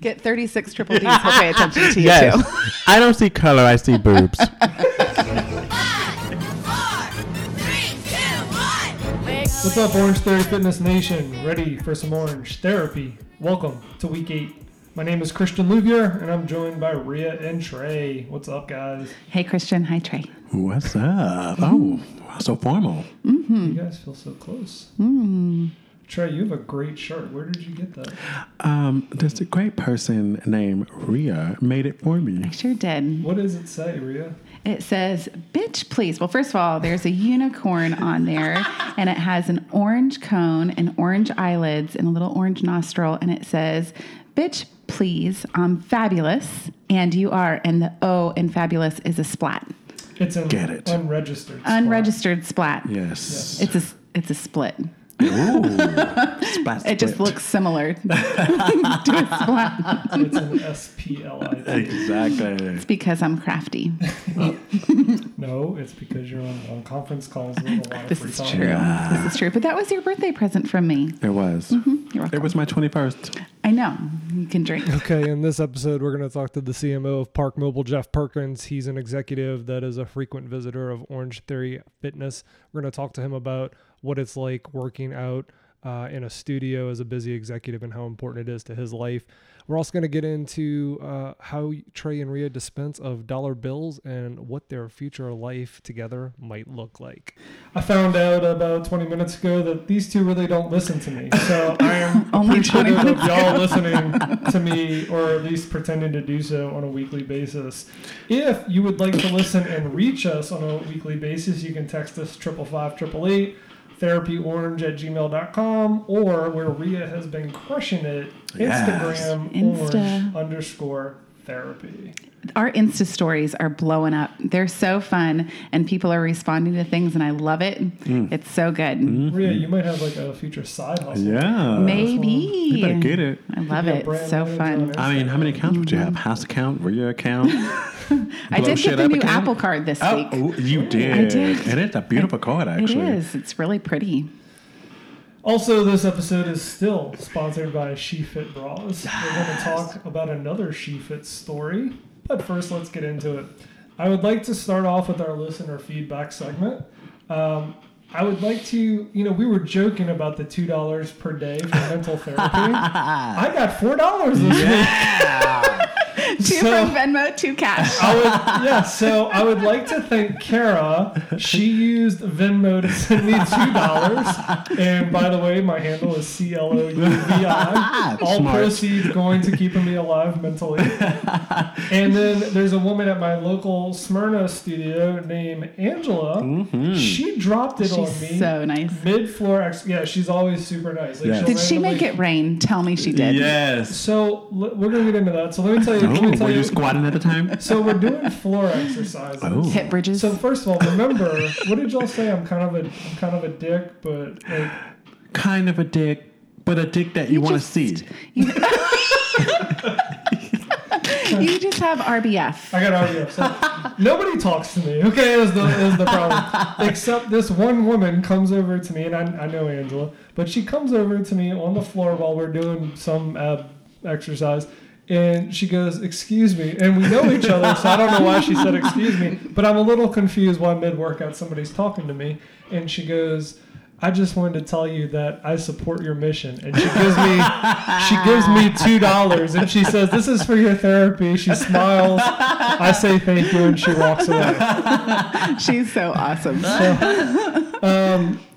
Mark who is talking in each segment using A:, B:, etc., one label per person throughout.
A: Get 36 triple D's. He'll pay attention to you
B: yes.
A: too.
B: I don't see color. I see boobs.
C: Five, four, three, two, one.
D: What's up, Orange Theory Fitness Nation? Ready for some Orange Therapy? Welcome to Week 8. My name is Christian Luvier, and I'm joined by Rhea and Trey. What's up, guys?
A: Hey, Christian. Hi, Trey.
B: What's up? Oh, so formal.
D: You guys feel so close. Trey, you have a great shirt. Where did you get that?
B: Um, this great person named Ria made it for me.
A: Sure did.
D: What does it say, Rhea?
A: It says, bitch, please. Well, first of all, there's a unicorn on there, and it has an orange cone and orange eyelids and a little orange nostril, and it says, bitch, please, I'm fabulous, and you are. And the O in fabulous is a splat,
D: It's an
B: Get it.
D: unregistered. spot.
A: unregistered splat.
B: Yes.
A: It's a s- it's a split.
B: Spot
A: It just
B: split.
A: looks similar to a splat.
D: It's an SPLI.
B: exactly.
A: It's because I'm crafty.
D: No, it's because you're on, on conference calls with a lot of
A: This
D: free
A: is
D: time.
A: true. This is true. But that was your birthday present from me.
B: It was.
A: You're
B: It
A: welcome.
B: was my twenty-first.
A: I know. You can drink.
D: Okay, in this episode, we're going to talk to the CMO of Park Mobile, Jeff Perkins. He's an executive that is a frequent visitor of Orange Theory Fitness. We're going to talk to him about what it's like working out uh, in a studio as a busy executive and how important it is to his life. We're also going to get into uh, how Trey and Rhea dispense of dollar bills and what their future life together might look like. I found out about 20 minutes ago that these two really don't listen to me. So I am
A: Only 20
D: appreciative of y'all listening to me, or at least pretending to do so on a weekly basis. If you would like to listen and reach us on a weekly basis, you can text us triple five triple eight therapyorange at gmail.com or where Rhea has been crushing it,
B: Yes.
D: Instagram
A: Insta.
D: orange underscore therapy.
A: Our Insta stories are blowing up. They're so fun, and people are responding to things, and I love it.
B: Mm.
A: It's so good.
D: Rhea, you might have like a future side hustle.
B: Yeah.
A: Maybe.
B: You better get it.
A: I Mm-hmm. love
D: Yeah,
A: it.
D: brand
A: So
D: manager
A: fun.
D: on
B: I mean, how many accounts would you have? House account, Ria account.
A: I
B: blow
A: did
B: shit
A: get the
B: up
A: new
B: again?
A: Apple Card this
B: oh,
A: week.
B: oh, you did.
A: did.
B: And it's a beautiful card,
A: it
B: actually.
A: is. It's really pretty.
D: Also, this episode is still sponsored by SheFit Bras. We're going to talk about another SheFit story, but first, let's get into it. I would like to start off with our listener feedback segment. Um, I would like to, you know, we were joking about the two dollars per day for mental therapy. I got four dollars this week.
A: Two
D: So-
A: from Venmo, two cash.
D: I would, yeah, so I would like to thank Kara. She used Venmo to send me two dollars. And by the way, my handle is C L O U V I. All
B: Smart.
D: proceeds going to keeping me alive mentally. And then there's a woman at my local Smyrna studio named Angela.
B: Mm-hmm.
D: She dropped it on me.
A: She's so nice.
D: Mid floor, ex- yeah, she's always super nice. Like,
B: Yes.
D: she'll
A: Did she
D: randomly-
A: make it rain? Tell me she did.
B: Yes.
D: So l- we're gonna get into that. So let me tell you. let
B: Oh,
D: me tell
B: were you
D: you.
B: squatting at the time?
D: so we're doing floor exercises.
B: Oh.
A: Hit bridges.
D: So first of all, remember what did y'all say? I'm kind of a I'm kind of a dick, but like,
B: Kind of a dick, but a dick that you, want to
A: just-
B: see.
A: you just have RBF.
D: I got audio. So nobody talks to me. Okay, is the is the problem. Except this one woman comes over to me, and I, I know Angela, but she comes over to me on the floor while we're doing some ab exercise. And she goes, "Excuse me," and we know each other, so I don't know why she said "excuse me," but I'm a little confused why mid-workout somebody's talking to me. And she goes, I just wanted to tell you that I support your mission. And she gives me she gives me two dollars and she says, This is for your therapy. She smiles. I say thank you and she walks away.
A: She's so awesome.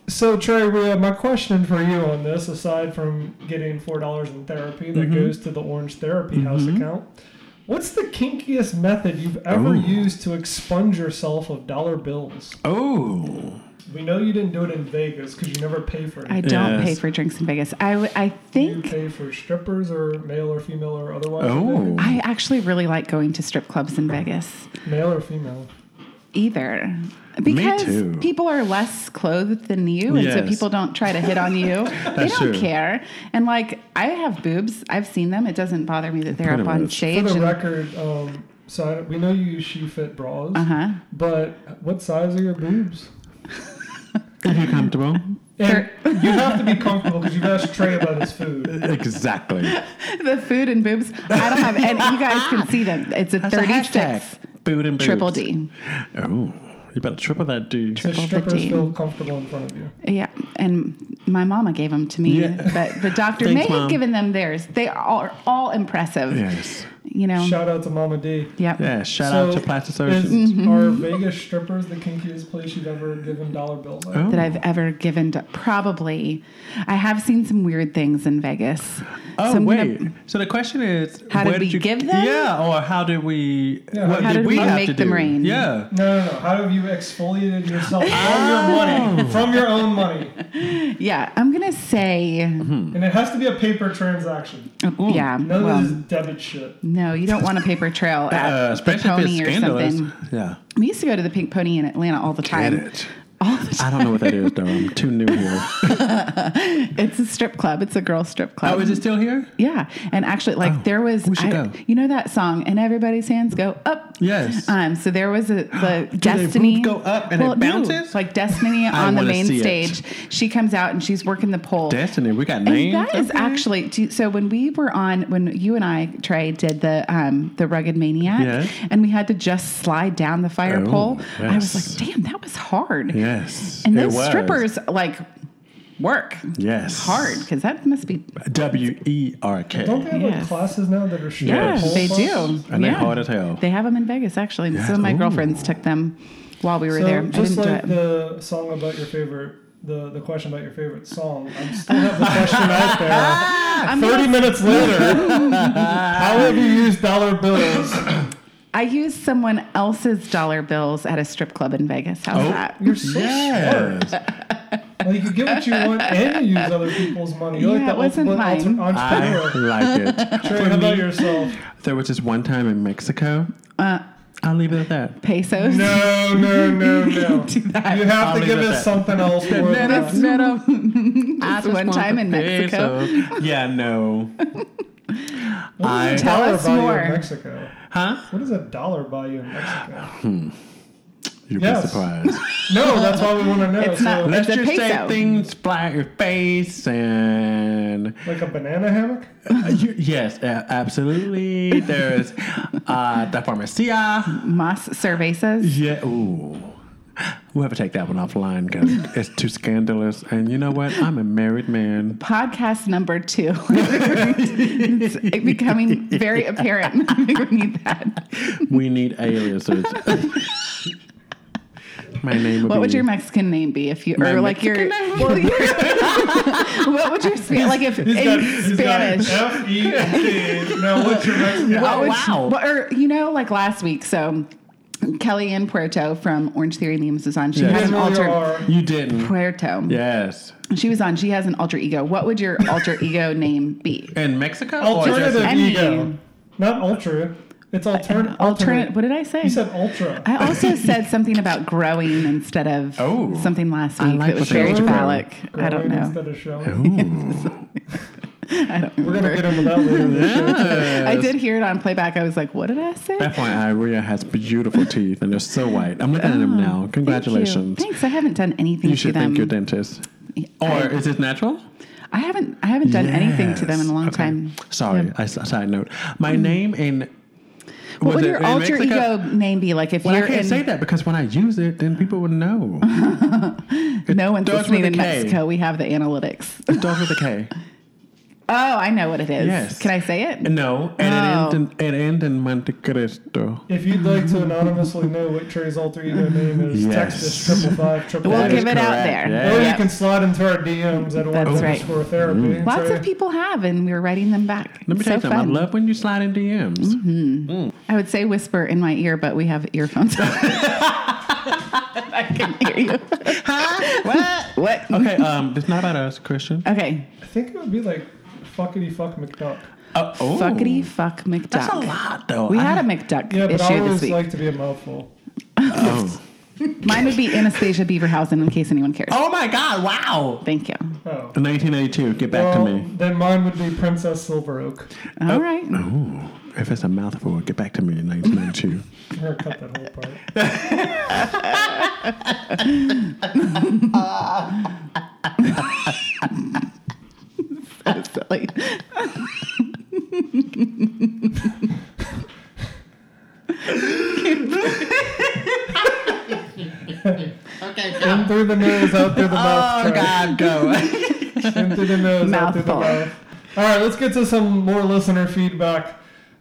D: So Trey Rhea, my question for you on this, aside from getting four dollars in therapy that goes to the Orange Therapy House account, what's the kinkiest method you've ever used to expunge yourself of dollar bills?
B: Oh.
D: We know you didn't do it in Vegas because you never pay for it.
A: I don't
B: Yes.
A: pay for drinks in Vegas. I, w- I
D: you
A: think
D: pay for strippers or male or female or otherwise?
B: Oh.
A: I actually really like going to strip clubs in Vegas
D: Male or female?
A: either. Because
B: too.
A: people are less clothed than you, and so
B: Yes.
A: people don't try to hit on you. they
B: That's
A: don't
B: true.
A: care. And like, I have boobs. I've seen them. It doesn't bother me that they're
B: Pretty
A: up on
B: much. For
A: stage.
D: For the
A: and-
D: record, um, so I, we know you use she fit bras,
A: Uh-huh.
D: but what size are your boobs?
B: If you're comfortable.
D: And you have to be comfortable because you've asked Trey about his food.
B: Exactly.
A: the food and boobs. I don't have any. You guys can see them. It's a
B: That's a hashtag.
A: 36
B: Food and boobs.
A: triple D.
B: Oh, you better triple that, dude.
D: The
A: Triple
D: strippers
A: 15.
D: feel comfortable in front of you.
A: Yeah, and my mama gave them to me,
B: Yeah.
A: but the doctor
B: Thanks,
A: may
B: Mom.
A: have given them theirs. They are all, are all impressive.
B: Yes.
A: You know.
D: Shout out to Mama D.
A: Yep.
B: Yeah. Shout out to Plastic
D: is-
B: Surgeons.
D: Are Vegas strippers the kinkiest place you've ever given dollar bills?
B: Oh.
D: at?
A: That I've ever given to probably. I have seen some weird things in Vegas.
B: Oh
A: So I'm gonna-
B: wait. so the question is,
A: How did
B: where
A: we
B: you
A: give them?
B: Yeah, or how did we?
D: Yeah,
B: what
D: how
B: did
A: did
B: we,
A: we
B: have
A: make
B: to
A: them
B: do?
A: rain?
B: Yeah.
D: No, no, no. How have you exfoliated yourself from your
B: Oh.
D: money? From your own money.
A: yeah, I'm gonna say.
D: And it has to be a paper transaction.
B: Mm-hmm.
A: Yeah.
D: None
A: well,
D: of this is debit shit.
A: no, you don't want a paper trail at
B: Uh,
A: the
B: especially if it's
A: pony or
B: scandalous.
A: something.
B: Yeah.
A: We used to go to the Pink Pony in Atlanta all the
B: Get
A: time.
B: it.
A: All the
B: I
A: time.
B: don't know what that is though. I'm too new here.
A: It's a strip club. It's a girl strip club.
B: Oh, is it still here?
A: Yeah, and actually, like
B: Oh,
A: there was,
B: we should
A: I-
B: go.
A: you know that song, and everybody's hands go up.
B: Yes.
A: Um. So there was a the
B: boobs
A: Destiny
B: go up and it
A: no,
B: bounces?
A: like Destiny on the
B: wanna
A: main
B: see it.
A: stage. She comes out and she's working the pole.
B: Destiny. We got names.
A: and that is
B: Okay.
A: actually do you- so. When we were on, when you and I Trey did the um the rugged maniac,
B: Yes.
A: and we had to just slide down the fire
B: Oh,
A: pole, I
B: yes.
A: was like, damn, that was hard.
B: Yes.
A: And
B: it
A: those
B: was.
A: strippers like work
B: Yes.
A: hard because that must be
B: W E R K.
D: Don't they have like
A: Yes.
D: classes now that are strip
A: Yeah,
B: Yes.
D: pole
A: they do.
D: classes?
B: And they're
A: yeah.
B: hard as hell.
A: They have them in Vegas, actually. Some of my
B: Ooh.
A: girlfriends took them while we were
D: So
A: there. I
D: just
A: didn't
D: like
A: do it.
D: the song about your favorite, the, the question about your favorite song, I'm still have the question out there.
A: I'm
D: 30
A: gonna-
D: minutes later, how have you used dollar bills?
A: I used someone else's dollar bills at a strip club in Vegas. How's
B: Oh.
A: that?
D: You're so
B: Yes.
D: Like you get what you want and you use other people's money.
A: Yeah,
D: You're
A: it
D: like the
A: wasn't
D: ultimate alter-
A: mine.
B: I
D: entrepreneur.
B: like it.
D: Trey, how about yourself?
B: There was this one time in Mexico. I'll leave it at that.
A: Pesos.
D: No, no, no, no.
A: Do that.
D: You have
B: I'll
D: to
B: leave
D: give
B: it
D: us
B: at-
D: something else for
A: That's
D: that.
A: not a- Just one time in Mexico.
B: Yeah, no.
D: What does a
B: I-
A: Tell
D: dollar
A: us
D: buy you
A: more.
D: in Mexico?
B: Huh?
D: What does a dollar buy you in Mexico?
B: You'd be
D: Yes.
B: surprised.
D: No, that's why we want to know.
A: It's
D: so,
A: not-
B: Let's
A: It's a
B: just say
A: peso.
B: things fly at your face and
D: like a banana hammock?
B: Uh, you- yes, a- absolutely. There's uh, the farmacia.
A: Mas cervezas.
B: Yeah. Ooh. We'll have to take that one offline because it's too scandalous. And you know what? I'm a married man.
A: Podcast number two. it's becoming very apparent. I think we need that.
B: We need aliases. My name.
A: What would
B: be-
A: your Mexican name be if you
B: Hmm. My
A: or like your, well, your- what would your Spa- like if in Spanish?
D: F E T. Now, what's your Mexican?
A: What
B: Oh,
A: would-
B: wow.
A: what- or you know, like last week, so Kellyanne Puerto from Orange Theory Memes was on. She
B: Yes.
A: has an
D: Really
A: alter
D: are-
B: You didn't.
A: Puerto.
B: Yes.
A: She was on. She has an alter ego. What would your alter ego name be?
B: In Mexico? or just-
D: Alternative
A: any-
D: ego. Not ultra. It's altern-
A: Alternate. What did I say?
D: You said ultra.
A: I also said something about growing instead of
B: Oh.
A: something last
B: I
A: week
B: like
A: that was
B: what
A: very
B: you did.
A: phallic. I don't
D: Growing
A: know.
D: Instead of showing.
A: I don't
D: We're gonna
A: remember.
D: get into that later. in the show.
A: I did hear it on playback. I was like, what did I say?
B: FYI, Rhea has beautiful teeth and they're so white. I'm looking at them now.
A: Oh, Thank you.
B: Congratulations.
A: Thanks. I haven't done anything
B: You
A: to
B: should
A: them.
B: thank your dentist.
A: I-
B: Or is it natural?
A: I haven't I haven't done anything to them in a long
B: Yes. Okay.
A: time.
B: Sorry,
A: Yeah. Mm.
B: I s- side note. My name in.
A: What
B: was
A: would
B: it
A: your
B: in
A: alter
B: Mexico?
A: ego name be? Like if
B: Well, I
A: you're
B: can't
A: in
B: say that because when I use it, then people would know.
A: no one's
B: starts with
A: listening
B: a
A: in
B: K.
A: Mexico, we have the analytics.
B: It starts with a K.
A: Oh, I know what it is.
B: Yes.
A: Can I say it?
B: No,
A: Oh.
B: and it ends in, it ends in Monte Cristo.
D: If you'd like to anonymously know what Trey's alter ego name is,
B: Yes.
D: text us triple five triple
A: We'll
B: That
A: give
B: is
A: it out
B: correct. Oh,
A: there.
B: Yeah.
D: Or you
A: Yep.
D: can slide into our DMs at one
A: That's right. Mm.
D: underscore therapy. and
A: Lots
D: say,
A: of people have, and we are writing them back.
B: Let me
A: It's
B: tell
A: so
B: you something.
A: fun. Mm-hmm.
B: I love when you slide in DMs.
A: I would say whisper in my ear, but we have earphones. I can hear you.
B: What?
A: What?
B: Okay, uh, um, it's not about us, Christian.
A: Okay.
D: I think it would be like fuckity fuck McDuck.
B: Uh, oh,
A: Fuckity fuck McDuck.
B: That's a lot, though.
A: We
B: I-
A: had a McDuck
D: Yeah, but I
A: issue this
D: always
A: week.
D: like to be a mouthful.
B: Oh.
A: Mine would be Anastasia Beaverhausen, in case anyone cares.
B: oh my God! Wow.
A: Thank you.
D: Oh.
B: 1982. Get back
D: Well,
B: to me.
D: then mine would be Princess Silver Oak.
A: All right.
B: Ooh, if it's a mouthful, get back to me in 1992.
D: I'm gonna cut that whole part.
A: Silly.
D: In through the nose, out through the mouth.
A: Oh
D: Charlie.
A: God, go.
D: In through the nose, out through the
A: Mouthful.
D: mouth. All right, let's get to some more listener feedback.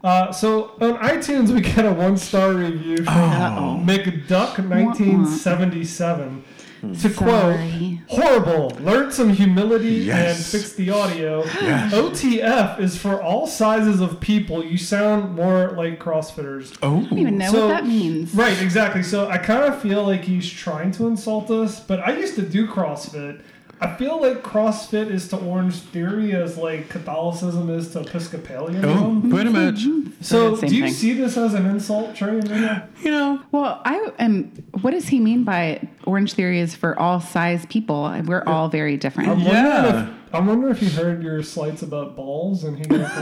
D: Uh, so on iTunes, we get a one-star review from
A: Uh-oh.
D: McDuck1977. To
A: Hmm. Sorry.
D: quote, horrible. Learn some humility
B: Yes.
D: and fix the audio.
B: Yes.
D: OTF is for all sizes of people. You sound more like CrossFitters.
B: Oh,
A: I don't even know
D: So-
A: what that means.
D: Right, exactly. So I kind of feel like he's trying to insult us, but I used to do CrossFit. I feel like CrossFit is to Orange Theory as like Catholicism is to
B: oh,
D: Episcopalianism.
B: pretty much.
D: So
A: Same
D: do you
A: thing.
D: see this as an insult, Trey? and Lena?
B: You know,
A: Well, I am. What does he mean by orange theory is for all size people? and We're all very
D: I'm
A: different.
B: Yeah.
D: wondering if I wonder if he heard your slides about balls and he got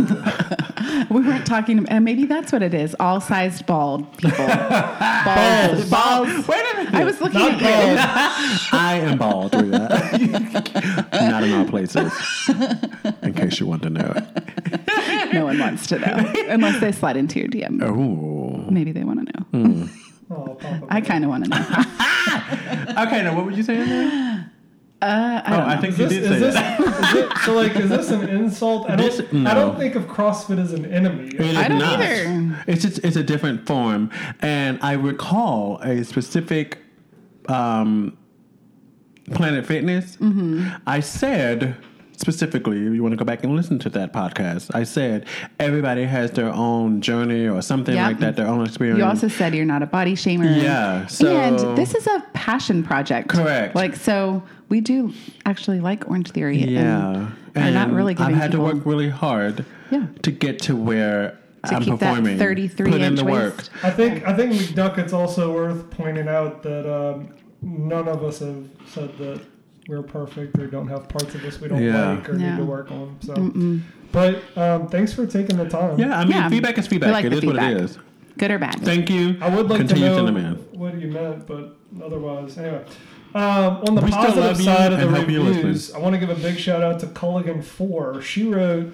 A: We weren't talking, and maybe that's what it is. All sized bald people. balls. Balls.
B: Wait a minute.
A: I was looking at
D: not
A: you.
D: balls.
B: I am bald through that. Not in all places. In case you want to know it.
A: No one wants to know unless they slide into your DM.
B: Oh.
A: Maybe they want to know.
D: Oh, Papa.
A: I kind of want to know.
B: Okay, now what were you saying there?
A: Uh, I
B: Oh,
A: don't
B: I
A: know.
B: think you
D: This-
B: did
D: is
B: say
D: this,
B: that.
D: is it, so like is this an insult? I don't,
B: This-
D: I
B: no.
D: don't think of CrossFit as an enemy.
B: It is
A: I don't
B: not.
A: either.
B: It's just, it's a different form, and I recall a specific um, Planet Fitness.
A: Mm-hmm.
B: I said specifically, if you want to go back and listen to that podcast, I said everybody has their own journey or something
A: Yep.
B: like that, their own experience.
A: You also said you're not a body shamer.
B: Yeah, so-
A: and this is a passion project.
B: Correct.
A: Like so, we do actually like Orange Theory. and
B: yeah,
A: are not really
B: I've
A: giving
B: had to
A: people-
B: work really hard
A: Yeah.
B: to get to where
A: To
B: I'm
A: keep that
B: performing.
A: 33
B: Put in
A: inch
B: the work.
A: waist.
D: I think I think McDuck. It's also worth pointing out that um, none of us have said that we're perfect or don't have parts of us we don't
B: Yeah.
D: like or need
A: No.
D: to work on. So, but um, thanks for taking the time.
B: Yeah, I mean,
A: Yeah.
B: feedback is
A: We
B: feedback.
A: like
B: It
A: the
B: is what it
A: feedback.
B: is.
A: good or bad.
B: Thank you.
D: I would like
B: Continue
D: to know
B: the man.
D: what you meant, but otherwise, anyway. Um, on the
B: We still
D: positive
B: love you
D: side of the
B: and hope you
D: reviews, I want to give a big shout out to Culligan Four. She wrote,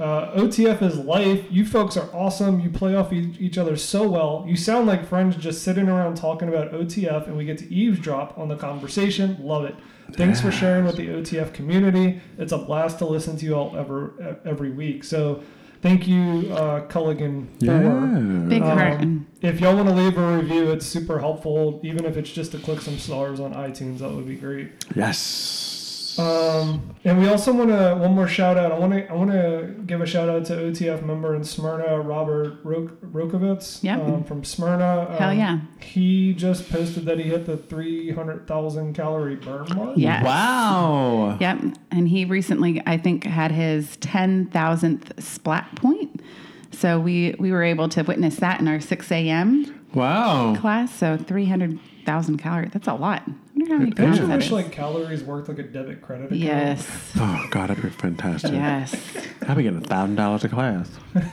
D: uh, "OTF is life. You folks are awesome. You play off e- each other so well. You sound like friends just sitting around talking about OTF, and we get to eavesdrop on the conversation. Love it. Thanks for sharing with the OTF community. It's a blast to listen to you all ever e- every week. So, thank you, uh, Culligan Four.
A: Big
B: Oh.
D: Um,
A: heart.
D: if y'all want to leave a review, it's super helpful. Even if it's just to click some stars on iTunes, that would be great.
B: Yes.
D: Um, and we also want to one more shout out. I want to I want to give a shout out to OTF member in Smyrna, Robert Rok- Rokovitz.
A: Yep.
D: um, from Smyrna. Um,
A: Hell yeah.
D: He just posted that he hit the three hundred thousand calorie burn mark.
A: Yes.
B: Wow.
A: Yep. And he recently, I think, had his 10,000th splat point. So we, we were able to witness that in our 6 a.m.
B: Wow.
A: class. So 300,000 calories. That's a lot. I wonder how many
B: It
A: pounds
B: is.
D: I
A: that
D: wish
A: is.
D: like calories worked like a debit credit account.
A: yes.
B: Oh God, that'd be fantastic.
A: Yes.
B: I'd be getting a thousand dollars a class.
A: Or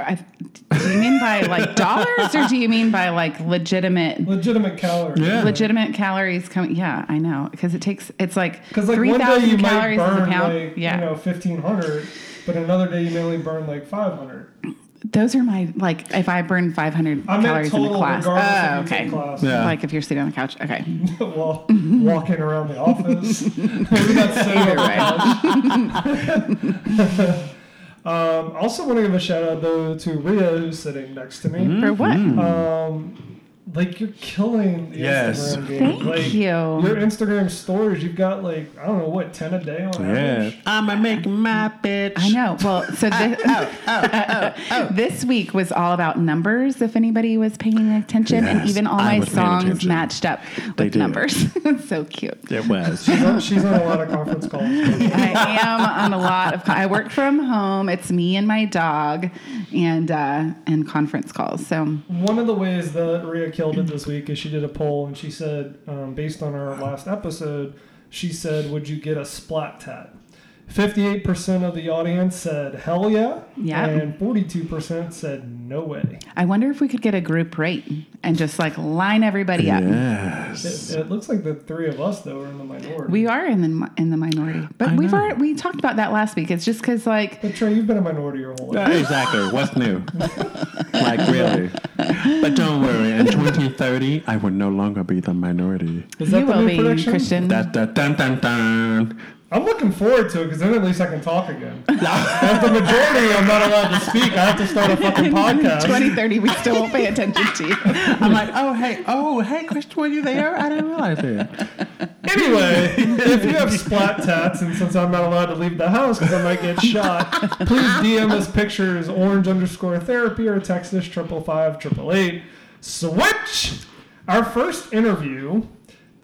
A: I, do you mean by like dollars or do you mean by like legitimate?
D: Legitimate calories.
B: Yeah.
A: Legitimate calories coming, yeah, I know, because it takes. It's like
D: Because like
A: three
D: one day you
A: thousand
D: might
A: calories is a
D: burn
A: pound.
D: like
A: yeah,
D: you know fifteen hundred, but another day you may only burn like five hundred.
A: those are my like. If I burn five hundred
D: I meant
A: calories in
D: total
A: the class,
D: regardless
A: oh,
D: of if you
A: okay,
D: took class. Mm-hmm.
B: Yeah.
A: Like if you're sitting on the couch. Okay.
D: well, walking around the office. Maybe not so
A: Either way.
D: Um, I also want to give a shout out though to Ria who's sitting next to me.
A: For what?
B: Mm-hmm.
D: Um, like you're killing the
B: Yes.
D: Instagram game.
A: Thank
D: like,
A: you.
D: Your Instagram stories, you've got like I don't know what ten a day on
B: Yeah.
D: average.
B: I'ma make my bitch.
A: I know. Well, so
B: Uh,
A: this,
B: oh,
A: this week was all about numbers, if anybody was paying attention. and
B: Yes,
A: even all
B: I
A: my
B: was paying
A: songs
B: attention.
A: matched up
B: They
A: with
B: did.
A: numbers. it's so cute.
B: It was.
D: She's- She's on a lot of conference calls.
A: I am on a lot of. I work from home. It's me and my dog, and uh, and conference calls. So
D: One of the ways that Rhea killed it this week is she did a poll and she said, um, based on our last episode, she said, "Would you get a splat tat?" 58% of the audience said hell yeah.
A: Yeah.
D: And 42% said no way.
A: I wonder if we could get a group rate and just like line everybody up.
B: Yes.
D: It, it looks like the three of us, though, are in the minority.
A: We are in the in the minority, but
B: I
A: we've
B: know.
A: already, we talked about that last week. It's just because like
D: but Trey, you've been a minority your whole life.
B: Uh, Exactly. What's new? like really? But don't worry. In 2030, I will no longer be the minority.
D: Is that
A: you
D: the
A: will
D: new
A: be
D: prediction?
A: Christian.
B: Da, da, dun, dun, dun.
D: I'm looking forward to it because then at least I can talk again. As the majority, I'm not allowed to speak. I have to start a fucking podcast.
A: 2030, we still won't pay attention to you.
B: I'm like, oh hey, oh hey, Christian, were you there? I didn't realize it.
D: Anyway, if you have splat tats, and since I'm not allowed to leave the house because I might get shot, please DM us pictures orange underscore therapy or text us triple five triple eight. Switch. Our first interview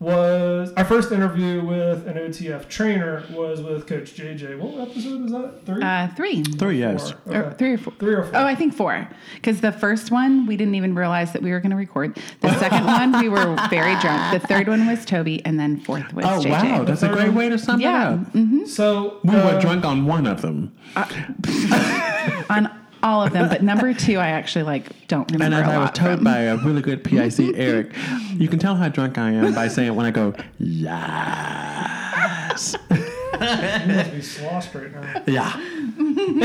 D: was our first interview with an OTF trainer was with Coach JJ. What episode was that? Three.
A: Uh, three.
B: Three years.
D: Four.
A: Or
D: Okay.
A: three or four.
D: Three or four.
A: Oh, I think four. Because the first one, we didn't even realize that we were going to record. The second one, we were very drunk. The third one was Toby, and then fourth was
B: Oh
A: JJ.
B: wow, that's a
D: third
B: great
D: one-
B: way to sum
A: Yeah. Mm-hmm.
B: it up.
D: So
B: We
D: uh,
B: were drunk on one of them,
A: mm, On all of them, but number two, I actually like don't
B: and
A: remember
B: as
A: a
B: I was
A: lot
B: told
A: from.
B: by a really good PIC, Eric, you can tell how drunk I am by saying when I go, yes,
D: You must be sloshed right now.
B: yeah.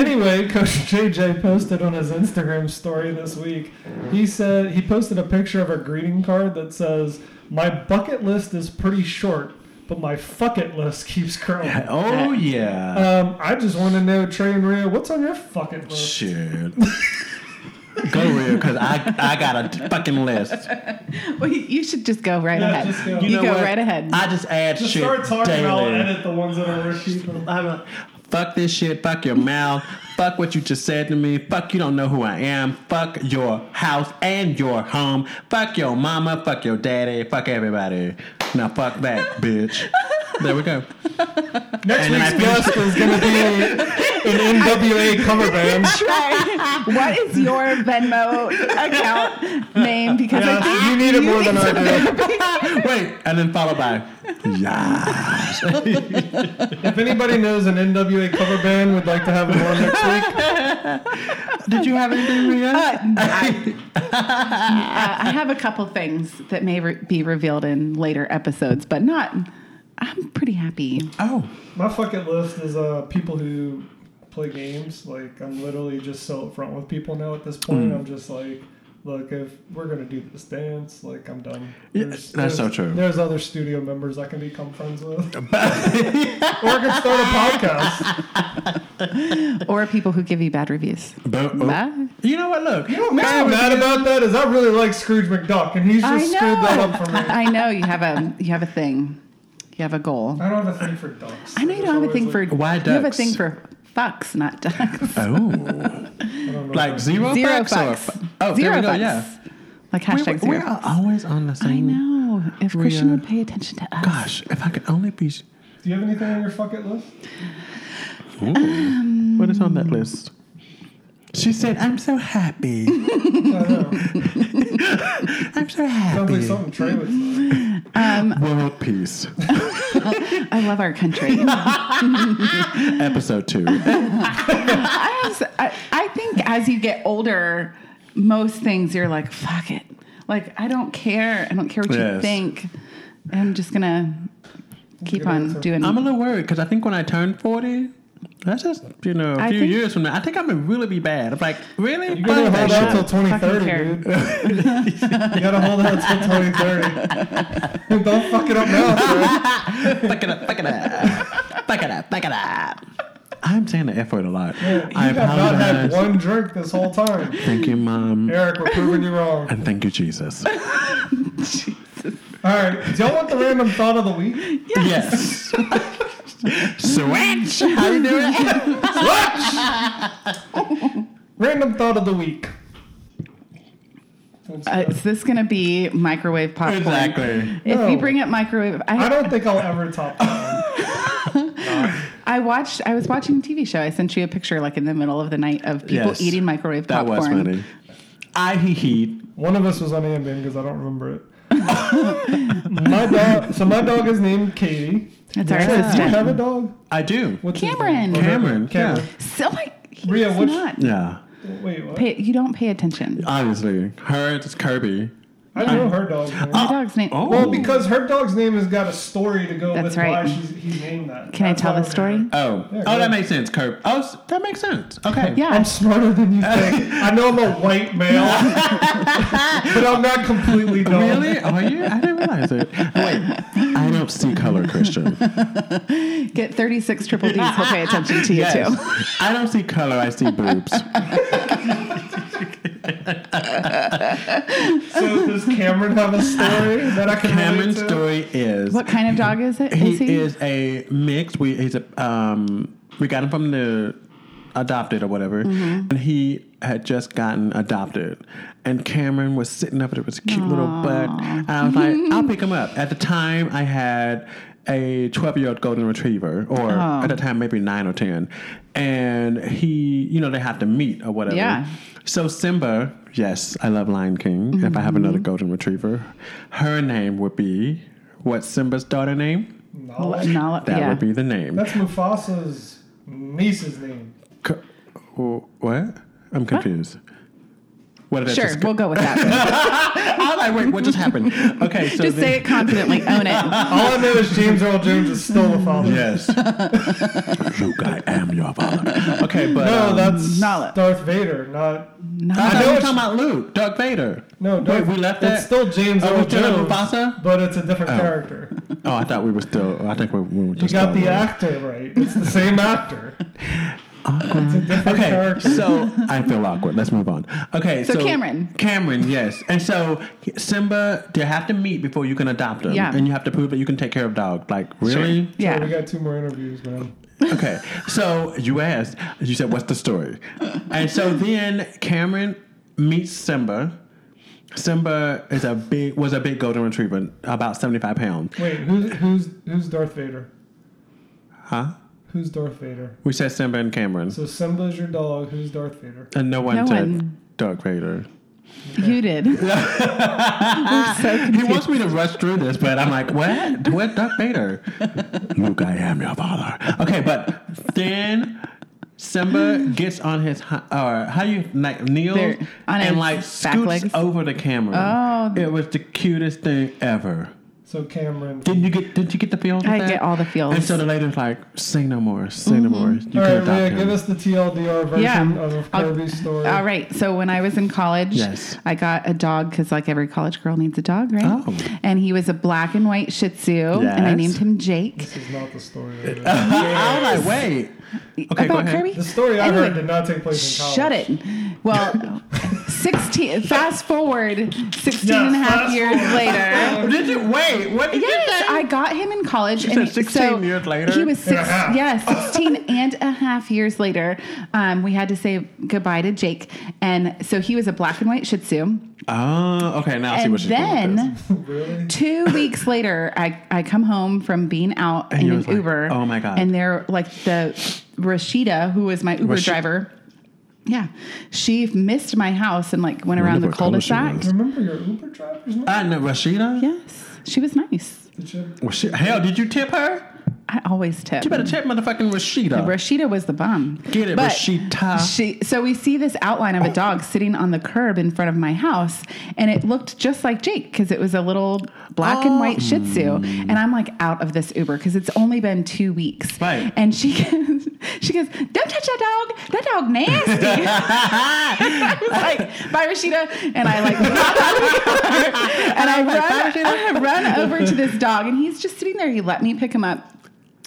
D: anyway, Coach JJ posted on his Instagram story this week. He said he posted a picture of a greeting card that says, "My bucket list is pretty short, but my fuck it list keeps growing."
B: Oh yeah.
D: Um, I just want to know, Trey and Rhea, what's on your fucking
A: Oh.
D: list?
B: Shit. Go real, because I, I got a fucking list.
A: Well, you- you should just go right
D: Yeah,
A: ahead.
D: just go.
A: You,
D: You
B: know
A: go
B: what?
A: right ahead.
B: I just add
D: Just
B: shit
D: start talking. I'll
B: daily.
D: edit the ones that are worth keeping.
B: I'm like, fuck this shit. Fuck your mouth. fuck what you just said to me. Fuck you don't know who I am. Fuck your house and your home. Fuck your mama. Fuck your daddy. Fuck everybody. Now fuck that, bitch. There we go.
D: Next
B: And then I
D: week's guest is going to be an NWA cover band.
A: Try. what is your Venmo account name? Because I think
D: you need it more than I do.
B: Wait, and then followed by, yeah.
D: If anybody knows an NWA cover band, would like to have them on next week.
B: Did you have anything, Rhea?
A: Uh, I have a couple things that may re- be revealed in later episodes, but not. I'm pretty happy.
B: Oh.
D: My fucking list is uh, people who play games. Like I'm literally just so upfront with people now at this point.
B: Mm.
D: I'm just like, look, if we're gonna do this dance, like I'm done.
B: Yeah,
D: There's-
B: that's so
D: there's-
B: true.
D: There's other studio members I can become friends with, or I can start a podcast.
A: Or people who give you bad reviews.
B: But, oh,
A: Bye.
B: you know what? Look,
D: You know what I'm mad about that is I really like Scrooge McDuck, and he's
A: I
D: just
A: know.
D: screwed that up for me.
A: I know you have a you have a thing. You have a goal.
D: I don't have a thing for ducks.
A: I know you don't have a thing for
B: Why
A: You have a
B: ducks?
A: thing for fucks, not ducks.
B: Oh, like zero,
A: Zero
B: bucks or-
A: fucks.
B: oh,
A: zero
B: there we go.
A: fucks.
B: Yeah,
A: Like
B: we,
A: hashtag
B: we
A: zero.
B: are always on the
A: I
B: same.
A: know. If
B: We
A: Christian
B: are-
A: would pay attention to us.
B: Gosh, if I could only be.
D: Do you have anything on your fucking list?
B: Ooh. what is on that list? She said, "I'm so happy.
D: I don't know.
B: I'm so
D: Sounds like
B: happy.
D: something Trey would say.
B: World peace."
A: I love our country.
B: Episode two.
A: As- I, I think as you get older, most things you're like, fuck it. Like, I don't care. I don't care what you
B: Yes.
A: think. I'm just going to keep
D: Good
A: on
D: answer.
A: doing
B: I'm a little worried because I think when I turn forty. That's just you know a
A: I
B: few
A: think-
B: years from now. I think I'm gonna really be bad. I'm like, really?
D: You gotta
B: Fuck
D: hold
B: that
D: out till
B: shit.
A: Fucking
D: 2030,
A: care.
D: dude. you gotta hold out till 2030. Don't fuck it up now, Trey.
B: Fuck it up, fuck it up, fuck it up, fuck it up. I'm saying the F word a lot.
D: You
B: I
D: have not had
B: apologize.
D: one drink this whole time.
B: Thank you, mom,
D: Eric, we're proving you wrong.
B: and thank you, Jesus.
D: All right, do y'all want the random thought of the week?
B: Yes. Switch. How you doing?
D: Random thought of the week.
A: Uh, is this going to be microwave popcorn?
B: Exactly.
A: If
D: No.
A: you bring up microwave,
D: I
A: I,
D: don't think I'll ever top that.
A: I watched. I was watching a TV show. I sent you a picture, like in the middle of the night, of people
B: Yes.
A: eating microwave
B: That
A: popcorn.
B: was funny. I he he.
D: One of us was on Ambien because I don't remember it. my dog. So my dog is named Katie.
A: That's our
D: Trey, do you have a
A: assistant.
D: dog?
B: I do.
D: What's his name?
A: Cameron.
D: Oh,
B: Cameron,
D: Cameron.
A: So my he's
D: Rhea, what's-
A: not.
B: Yeah.
D: Wait, what?
A: Pay, you don't pay attention.
B: Oh. Obviously. Her, it's Kirby.
D: I don't know her dog's name.
A: My dog's name.
B: oh.
D: Well, because her dog's name has got a story to go
A: That's
D: with why
A: right.
D: she's, he's named that.
A: Can I
D: That's
A: tell
D: why
A: the
D: we're
A: story?
D: here.
B: Oh.
D: Yeah,
B: oh,
D: yeah.
B: that makes sense, Kirby. Oh, s- that makes sense. Okay.
A: Yeah.
D: I'm smarter than you think. I know I'm a white male, but I'm not completely dumb.
B: Really? Are you? I didn't realize it. Wait, I don't see color, Christian.
A: Get 36 triple D's. He'll pay attention to you too.
B: I don't see color. I see boobs.
D: So does Cameron have a story that I can relate
B: Cameron's
D: to?
B: story is
A: What kind of dog is it?
B: he,
A: Is he?
B: is a mix. We he's a um we got him from the adopted or whatever,
A: Mm-hmm.
B: and he had just gotten adopted. And Cameron was sitting up with his cute little butt. And I was like, I'll pick him up. At the time, I had a 12 year old golden retriever, or
A: Oh.
B: at the time, maybe nine or 10. And he, you know, they have to meet or whatever.
A: Yeah.
B: So Simba, yes, I love Lion King. If I
A: Mm-hmm.
B: have another golden retriever, her name would be what's Simba's daughter name?
D: No,
A: Well, Nala-
B: That
A: yeah.
B: would be the name.
D: that's Mufasa's niece's name.
B: C- wh- what? I'm confused. What, did I
A: Sure,
B: just-
A: we'll go with that.
B: I was like, wait, what just happened? Okay, so
A: Just
B: then-
A: say it confidently. Own it.
D: All I know is James Earl Jones is still a father.
B: Yes, Luke, I am your father. Okay, but
D: No,
B: um,
D: that's
A: Nala.
D: Darth Vader, not
B: I
A: Nala.
B: thought we were
D: it's-
B: talking about Luke, Darth Vader.
D: no.
B: wait,
D: Darth,
B: we left
D: it's
B: that.
D: still James
B: Are
D: Earl
B: we still at
D: Jones,
B: Mufasa?
D: but it's a different character.
B: oh, I thought we were still. I think we, we were.
D: You
B: just
D: got
B: Star
D: the
B: Wars.
D: actor right. It's the same actor. It's a different
B: Okay,
D: character.
B: so I feel awkward. Let's move on. Okay, so,
A: Cameron.
B: Cameron, yes. And so Simba, they have to meet before you can adopt him,
A: Yeah.
B: and you have to prove that you can take care of dog. Like really?
D: So we
A: Yeah.
D: got two more interviews, man.
B: Okay. So you asked. You said, "What's the story?" And so then Cameron meets Simba. Simba is a big was a big golden retriever, about seventy five pounds.
D: Wait, who's who's who's Darth Vader?
B: Huh?
D: Who's Darth Vader?
B: We said Simba and Cameron,
D: So Simba's your dog. Who's Darth Vader?
B: and no one
A: No
B: said
A: one.
B: Darth Vader.
A: You did. We're so
B: He
A: confused.
B: wants me to rush through this, but I'm like, what? What, Darth Vader? Luke, I am your father. Okay, but then Simba gets on his, hi- or how do you, like, kneels
A: There, on
B: and,
A: his
B: like,
A: back
B: scoots
A: legs.
B: over the camera.
A: Oh.
B: It was the cutest thing ever.
D: So Cameron.
B: Did you get, did you get the feels? with
A: I
B: that?
A: get all the feels. Mm-hmm.
B: And so the lady's like, say no more, say no more. You
D: All
B: can
D: right,
B: adopt
D: Rhea,
B: him.
D: give us the TLDR version
A: Yeah.
D: of
A: I'll-
D: Kirby's story.
A: All right. So when I was in college,
B: Yes.
A: I got a dog because, like, every college girl needs a dog, right?
B: Oh.
A: And he was a black and white Shih Tzu, and I
B: Yes.
A: named him Jake.
D: This is not the story. I read.
B: I was like, wait. Okay, go
A: About
B: ahead.
A: Kirby?
D: the story I
A: Anyway,
D: heard did not take place in college.
A: Shut it. Well, 16, fast forward 16
D: Yeah,
A: and a half
D: fast
A: years
D: forward.
A: later.
B: Did you, wait, what did you
A: Yes,
B: say?
A: I got him in college.
B: said 16 years later?
A: He was
D: And a
A: six,
D: half.
A: yeah, 16 and a half years later. Um, we had to say goodbye to Jake. And so he was a black and white Shih Tzu.
B: Oh, okay. Now I see
A: And
B: what she's doing. with this.
A: then
D: Really?
A: two weeks later, I, I come home from being out
B: you
A: in an
B: was like,
A: Uber.
B: "Oh my God."
A: And they're like the Rashida, who was my Uber
B: Rashi-
A: driver. Yeah, she missed my house and like went around
B: Wonder
A: the
B: what color she
A: cul-de-sac.
B: was.
D: Remember your Uber driver's name?
B: I know Ah, Rashida.
A: Yes, she was nice.
D: Did you-
B: Well, shit, hell, did you tip her?
A: I always tip.
B: You better tip motherfucking Rashida.
A: Rashida was the bum.
B: Get it,
A: But
B: Rashida.
A: She, so we see this outline of a dog sitting on the curb in front of my house, and it looked just like Jake because it was a little black and white Shih
B: Oh.
A: Tzu. And I'm like out of this Uber because it's only been two weeks.
B: Right.
A: And she goes, she goes, don't touch that dog. That dog nasty. I was like, bye, Rashida. And I like, and I run, I run over to this dog, and he's just sitting there. He let me pick him up.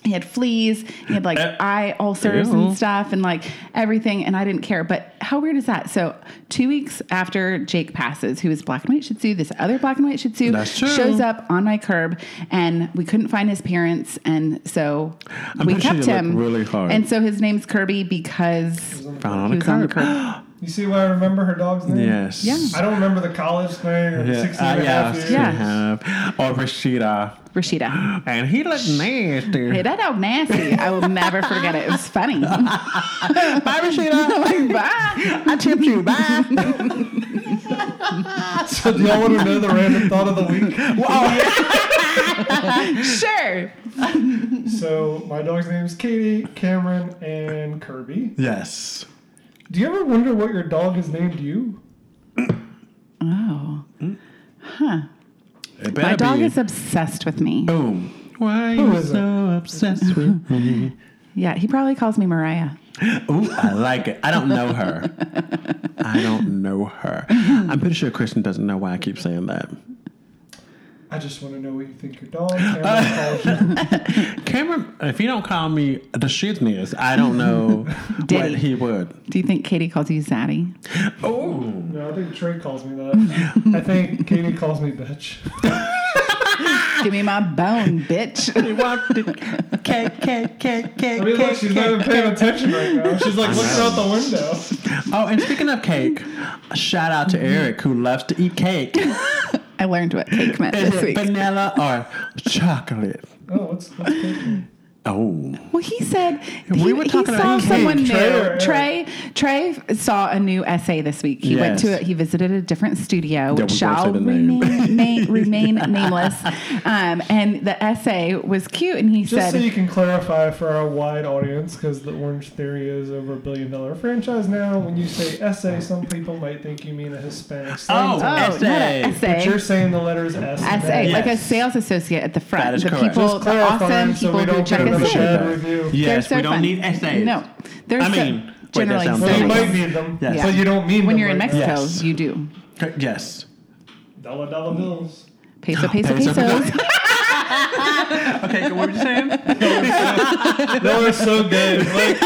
A: He had fleas. He had like
B: Eh.
A: eye ulcers
B: Ew.
A: and stuff, and like everything. And I didn't care. But how weird is that? So two weeks after Jake passes, who is black and white Shih Tzu, this other black and white Shih Tzu
B: That's true.
A: shows up on my curb, and we couldn't find his parents, and so
B: I'm
A: we
B: pretty sure
A: kept
B: you look
A: him
B: really hard.
A: And so his name's Kirby because
B: Found on
A: he
B: a
A: was on the
B: curb.
A: curb.
D: You see why I remember her dog's name?
B: Yes. Uh,
A: Yeah.
D: I don't remember the college thing or
B: Yeah,
D: 16
B: uh,
D: and a
B: yeah,
D: half years.
A: Yeah.
B: yeah. Or Oh, Rashida.
A: Rashida.
B: And he looked nasty.
A: Hey, that dog nasty. I will never forget it. It was funny. Bye,
B: Bye, Rashida.
A: Bye.
B: I tipped you. Bye.
D: So do y'all want to know the random thought of the week?
B: Wow.
A: Sure.
D: So my dog's name's Katie, Cameron, and Kirby.
B: yes.
D: Do you ever wonder what your dog has named you?
A: Oh.
B: It
A: My
B: better
A: dog
B: be. Oh.
A: is obsessed with me.
B: Boom. Why are
D: Who
B: you
D: is it?
B: so obsessed with me?
A: Yeah, he probably calls me Mariah.
B: Ooh, I like it. I don't know her. I don't know her. I'm pretty sure Kristen doesn't know why I keep saying that.
D: I just want to know what you think your dog. Cameron, calls you.
B: Cameron, if he don't call me the shizness, I don't know
A: Diddy.
B: what he would.
A: Do you think Katie calls you Zaddy?
B: Oh,
D: No, I think Trey calls me that. I think Katie calls me bitch.
A: Give me my bone, bitch.
B: he walked it. K K K K
D: I mean, look,
B: K.
D: she's not even paying attention right now. She's like looking out the window.
B: Oh, and speaking of cake, shout out to Eric who loves to eat cake. Is
A: I learned what cake meant this
B: it
A: week.
B: vanilla or chocolate?
D: Oh, what's, what's cake?
B: Oh,
A: Well, he said he,
B: We were
A: he
B: talking
A: saw
B: about cake. uh,
A: someone new.
D: Trey or Eric?
A: Trey, Trey saw a new essay this week. He went
B: Yes.
A: to it. He visited a different studio, which
B: we won't say
A: shall
B: the name.
A: remain, remain, remain nameless. Um, and the essay was cute, and he
D: Just so
A: said,
D: you can clarify for our wide audience, because the Orange Theory is over a billion dollar franchise now. When you say essay, some people might think you mean a Hispanic slang.
B: Oh.
A: "Oh, not
B: Essay.
A: an
D: But you're
A: essay."
D: saying the letters S. and
A: Essay,
D: A.
A: like a
B: Yes.
A: sales associate at the front.
B: That is
A: the
B: correct.
A: people,
D: Just
A: the awesome
D: clarifying so
A: people
D: we
A: who
D: don't
A: check
D: get another
A: us in.
D: bad
B: in.
D: review.
A: They're
B: yes,
A: so
B: we don't
A: fun.
B: need essays.
A: No, there's
B: I mean, wait, that
A: generally
B: sounds
D: Well, you
A: sales.
D: might need them,
B: Yes.
D: but you don't mean
A: when
D: them
A: you're in
D: right now.
A: Mexico,
B: Yes.
A: you do
B: Yes.
D: Dollar dollar bills.
A: peso, peso,
B: Peso,
A: pesos.
B: Okay, what were you saying?
D: They were so good. Like,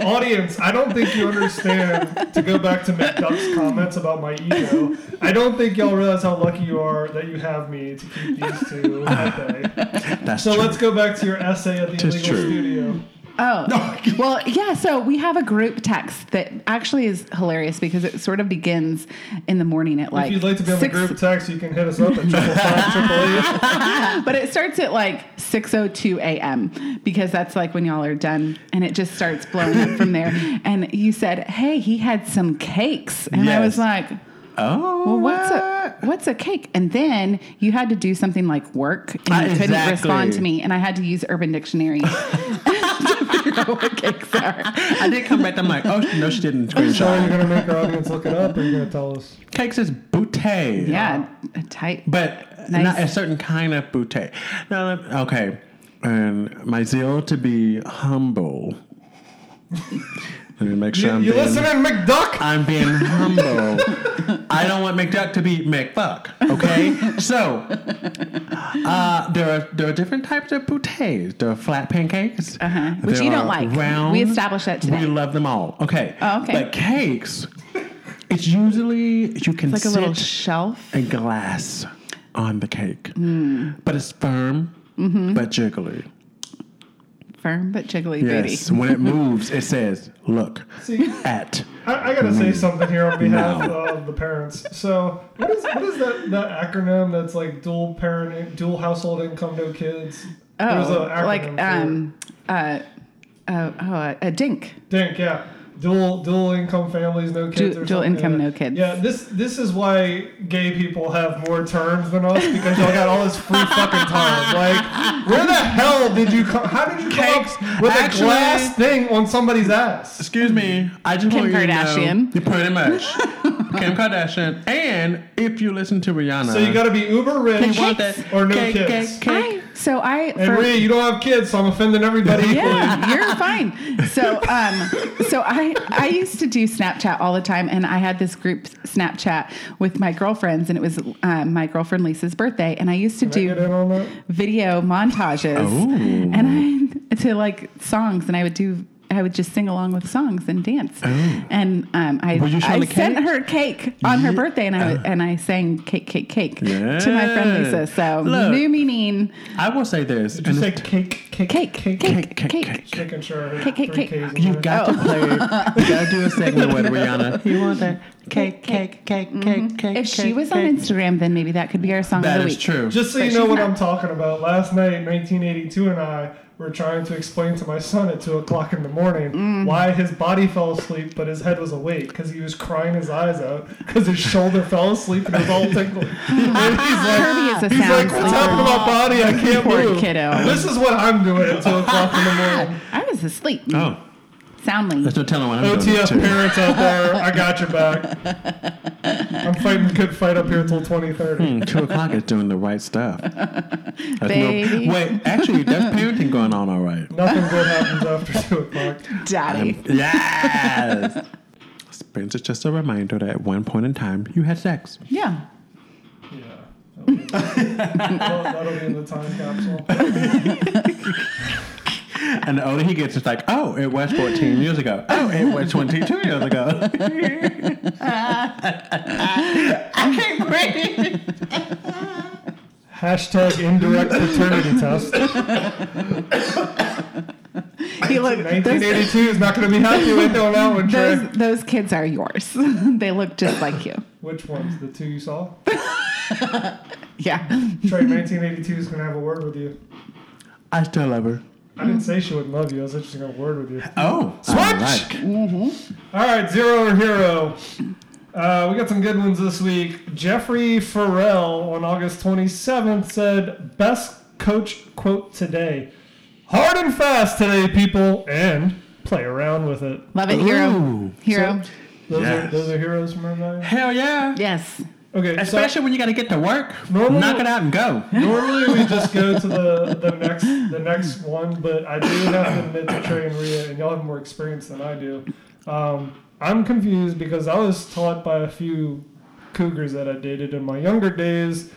D: audience, I don't think you understand. To go back to McDuck's comments about my ego, I don't think y'all realize how lucky you are that you have me to keep these two at bay.
B: That's
D: So
B: true.
D: let's go back to your essay at the
B: Tis
D: illegal
B: true.
D: studio.
A: Oh, well, yeah. So we have a group text that actually is hilarious because it sort of begins in the morning at like,
D: if you'd like to be on the
A: six,
D: group text, you can hit us up at triple five triple eight.
A: but it starts at like six oh two a.m. because that's like when y'all are done, and it just starts blowing up from there. And you said, "Hey, he had some cakes," and I was
B: Yes.
A: like,
B: oh,
A: "Well, what's a what's a cake?" And then you had to do something like work, and you
B: Ah,
A: couldn't
B: exactly.
A: respond to me, and I had to use Urban Dictionary to figure out what cakes are.
B: I did come back. I'm like, oh no, she didn't
D: So are you
B: screenshot.
D: going to make our audience look it up, or are you going to tell us?
B: Cakes is bootay.
A: Yeah, a tight.
B: but
A: Nice.
B: not a certain kind of bootay. Now, let- okay, and my zeal to be humble. Let me make sure
D: You,
B: I'm
D: you
B: being.
D: listening, McDuck?
B: I'm being humble. I don't want McDuck to be McFuck. Okay, so uh, there are there are different types of bouteilles. There are flat pancakes,
A: Uh-huh. Which
B: there
A: you don't
B: are
A: like. We established that today.
B: We love them all. Okay.
A: Oh, okay.
B: But cakes, it's usually you can
A: It's like a
B: sit
A: little shelf.
B: a glass on the cake,
A: Hmm.
B: but it's firm
A: Mm-hmm.
B: but jiggly.
A: Firm but jiggly
B: Yes,
A: booty.
B: when it moves, it says "look
D: See,
B: at."
D: I, I gotta
A: Mm.
D: say something here on behalf
B: No.
D: of the parents. So, what is what is that, that acronym that's like dual parent, dual household income, no kids? There's
A: Oh,
D: an acronym
A: like
D: for it.
A: um, uh, uh, oh, a, a dink.
D: Dink, yeah. Dual dual income families, no kids.
A: Du-
D: or
A: dual
D: something.
A: income, no kids.
D: Yeah, this this is why gay people have more terms than us because y'all got all this free fucking time. Like, where the hell did you come? How did you
B: Cakes.
D: come up with
B: Actually-
D: a glass thing on somebody's ass?
B: Excuse me. I just
A: Kim
B: want you
A: Kardashian.
B: to know. Pretty much. Kim Kardashian. And if you listen to Rihanna.
D: So you got to be uber rich
A: want
D: or no kids.
A: I, so I.
D: And Rhea, you don't have kids, so I'm offending everybody equally.
A: yeah, you're fine. So, um, so I I used to do Snapchat all the time, and I had this group Snapchat with my girlfriends, and it was um, my girlfriend Lisa's birthday, and I used to do
D: Get in on that?
A: video montages
B: Oh.
A: and I to like songs and I would do I would just sing along with songs and dance. And um, I,
B: Oh. Were you
A: I
B: Charlotte
A: sent
B: Cake?
A: her cake on her
B: Ye- Uh.
A: birthday, and I w- and I sang cake, cake, cake to my friend
B: Yeah.
A: Lisa. So
B: Look.
A: new meaning,
B: I will say this.
D: Just
B: and
D: say
B: it's-
D: cake, cake,
A: cake, cake, cake,
B: cake,
A: cake.
B: cake.
D: Just making sure.
A: Cake, cake,
D: three
A: cake.
D: Ks in
B: you
D: there.
B: got to play. You got to do a segment with Rihanna. You want that cake, cake, cake, cake, cake.
A: mm-hmm. If she
B: cake,
A: was on
B: cake.
A: Instagram, then maybe that could be our song
B: that
A: of the
B: is
A: week.
B: true.
D: Just so
A: But
D: you know
A: she's
D: what
A: not.
D: I'm talking about, last night in 1982 and I were trying to explain to my son at 2 o'clock in the morning
A: Mm.
D: why his body fell asleep but his head was awake because he was crying his eyes out because his shoulder fell asleep and it was all tingling. and he's like,
A: Kirby is a
D: he's
A: sound
D: like, what's happening to
A: sleeper.
D: my body? I can't
A: Poor
D: move.
A: kiddo.
D: This is what I'm doing at 2 o'clock in the morning.
A: I was asleep
B: oh,
A: soundly.
B: there's no telling what I'm doing.
D: OTF
B: too.
D: parents out there, I got your back. I'm fighting a good fight up here until 2030.
B: Mm, Two o'clock is doing the right stuff. That's no-
A: Baby.
B: wait, actually, that's parenting going on all right.
D: Nothing good happens after 2 o'clock.
A: Daddy.
B: Yes. Spence is just a reminder that at one point in time you had sex.
A: Yeah.
D: Yeah. That'll be- that'll, that'll be in the time capsule.
B: And the older he gets, it's like, oh, it was 14 years ago. Oh, it was 22 years ago. I can't breathe.
D: Hashtag indirect paternity test.
A: He looked, those,
D: 1982 is not going to be happy with you on that one, Trey.
A: those, those kids are yours. they look just like you.
D: Which ones? The two you saw?
A: Yeah.
D: Trey, 1982 is going to have a word with you.
B: I still love her.
D: I didn't say she wouldn't love you. I said she's going to have a word with you.
B: Oh, switch.
D: All right, zero or hero. Uh, we got some good ones this week. Jeffrey Farrell on August 27th said, Best coach quote today. Hard and fast today, people, and play around with it.
A: Love it, hero.
B: Ooh.
A: Hero.
D: So- Those, are,
B: Yes.
D: those are heroes from Rome.
B: Hell yeah.
A: yes.
D: Okay,
B: Especially when you got to get to work.
D: Normally-
B: knock it out and go.
D: so normally we just go to the, the next the next one, but I do have to admit to Trey and Rhea, and y'all have more experience than I do. Um, I'm confused because I was taught by a few cougars that I dated in my younger days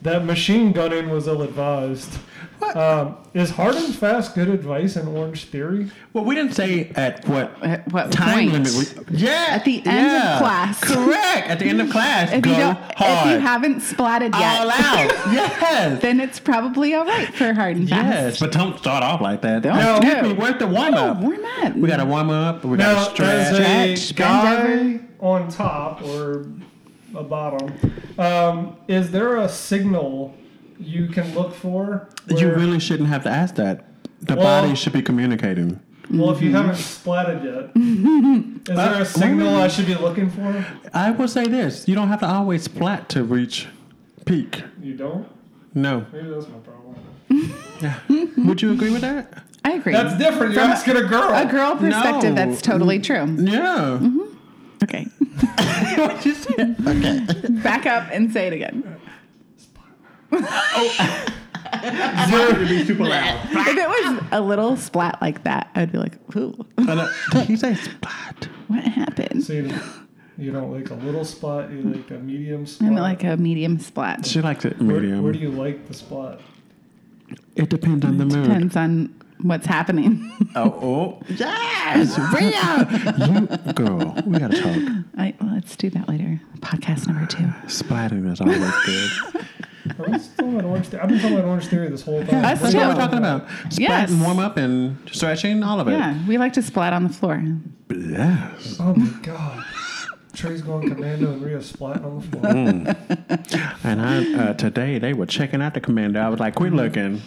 D: that machine gunning was ill advised.
B: What?
D: Um, is hard and fast good advice in Orange Theory?
B: Well, we didn't say at what
A: At what point?
B: time limit. We, yeah,
A: Uh, At the end of
B: yeah.
A: class.
B: Correct. At the end of class,
A: If
B: go
A: you don't,
B: hard.
A: if you haven't splatted yet,
B: all out. yes.
A: then it's probably all right for hard and fast.
B: Yes, but don't start off like that.
A: Don't
B: no,
A: do.
B: hit me. Where's the warm
A: No,
B: up?
A: warm up.
B: We got to warm up. We got
D: Now,
B: to stretch.
D: as a
A: Stretch, bend
D: guy on top or a bottom, um, is there a signal you can look for?
B: You
D: where-
B: really shouldn't have to ask that. The
D: Well-
B: body should be communicating.
D: well,
A: Mm-hmm.
D: if you haven't splatted yet, is there
B: Uh,
D: a signal
B: wait.
D: I should be looking for?
B: I will say this: you don't have to always splat to reach peak.
D: You don't.
B: No,
D: Maybe that's my problem.
B: Mm-hmm. would you agree with that?
A: I agree.
D: That's different.
A: Mm-hmm.
D: You're
A: From a-
D: asking a girl.
A: a girl perspective,
B: No.
A: that's totally true.
B: Yeah.
A: Mm-hmm. Okay.
B: What you said.
A: Back up and say it again. If it was a little splat like that, I'd be like, ooh,
B: And, uh, Did you say splat?
A: what happened?
D: So you, don't- you don't like a little spot. You like a medium spot.
A: I'm like a medium splat.
B: She likes it
D: Where,
B: medium.
D: where do you like the spot?
B: It depends on the mood.
A: Depends on what's happening.
B: Oh, oh. Yes, Rhea. you, girl, we gotta talk.
A: I, let's do that later. Podcast number two.
B: Splatting is always good.
D: Are we still on Orange Theory? I've been talking about Orange Theory this whole time.
A: Us
B: That's
A: too.
B: what we're talking about. Splat
A: Yes.
B: and warm up and stretching, all of it.
A: Yeah, we like to splat on the floor.
B: Yes.
D: Oh my god. Trey's going commando and Rhea's splatting on the floor.
B: And I, uh, today they were checking out the commander. I was like,
A: Mm-hmm.
B: quit looking.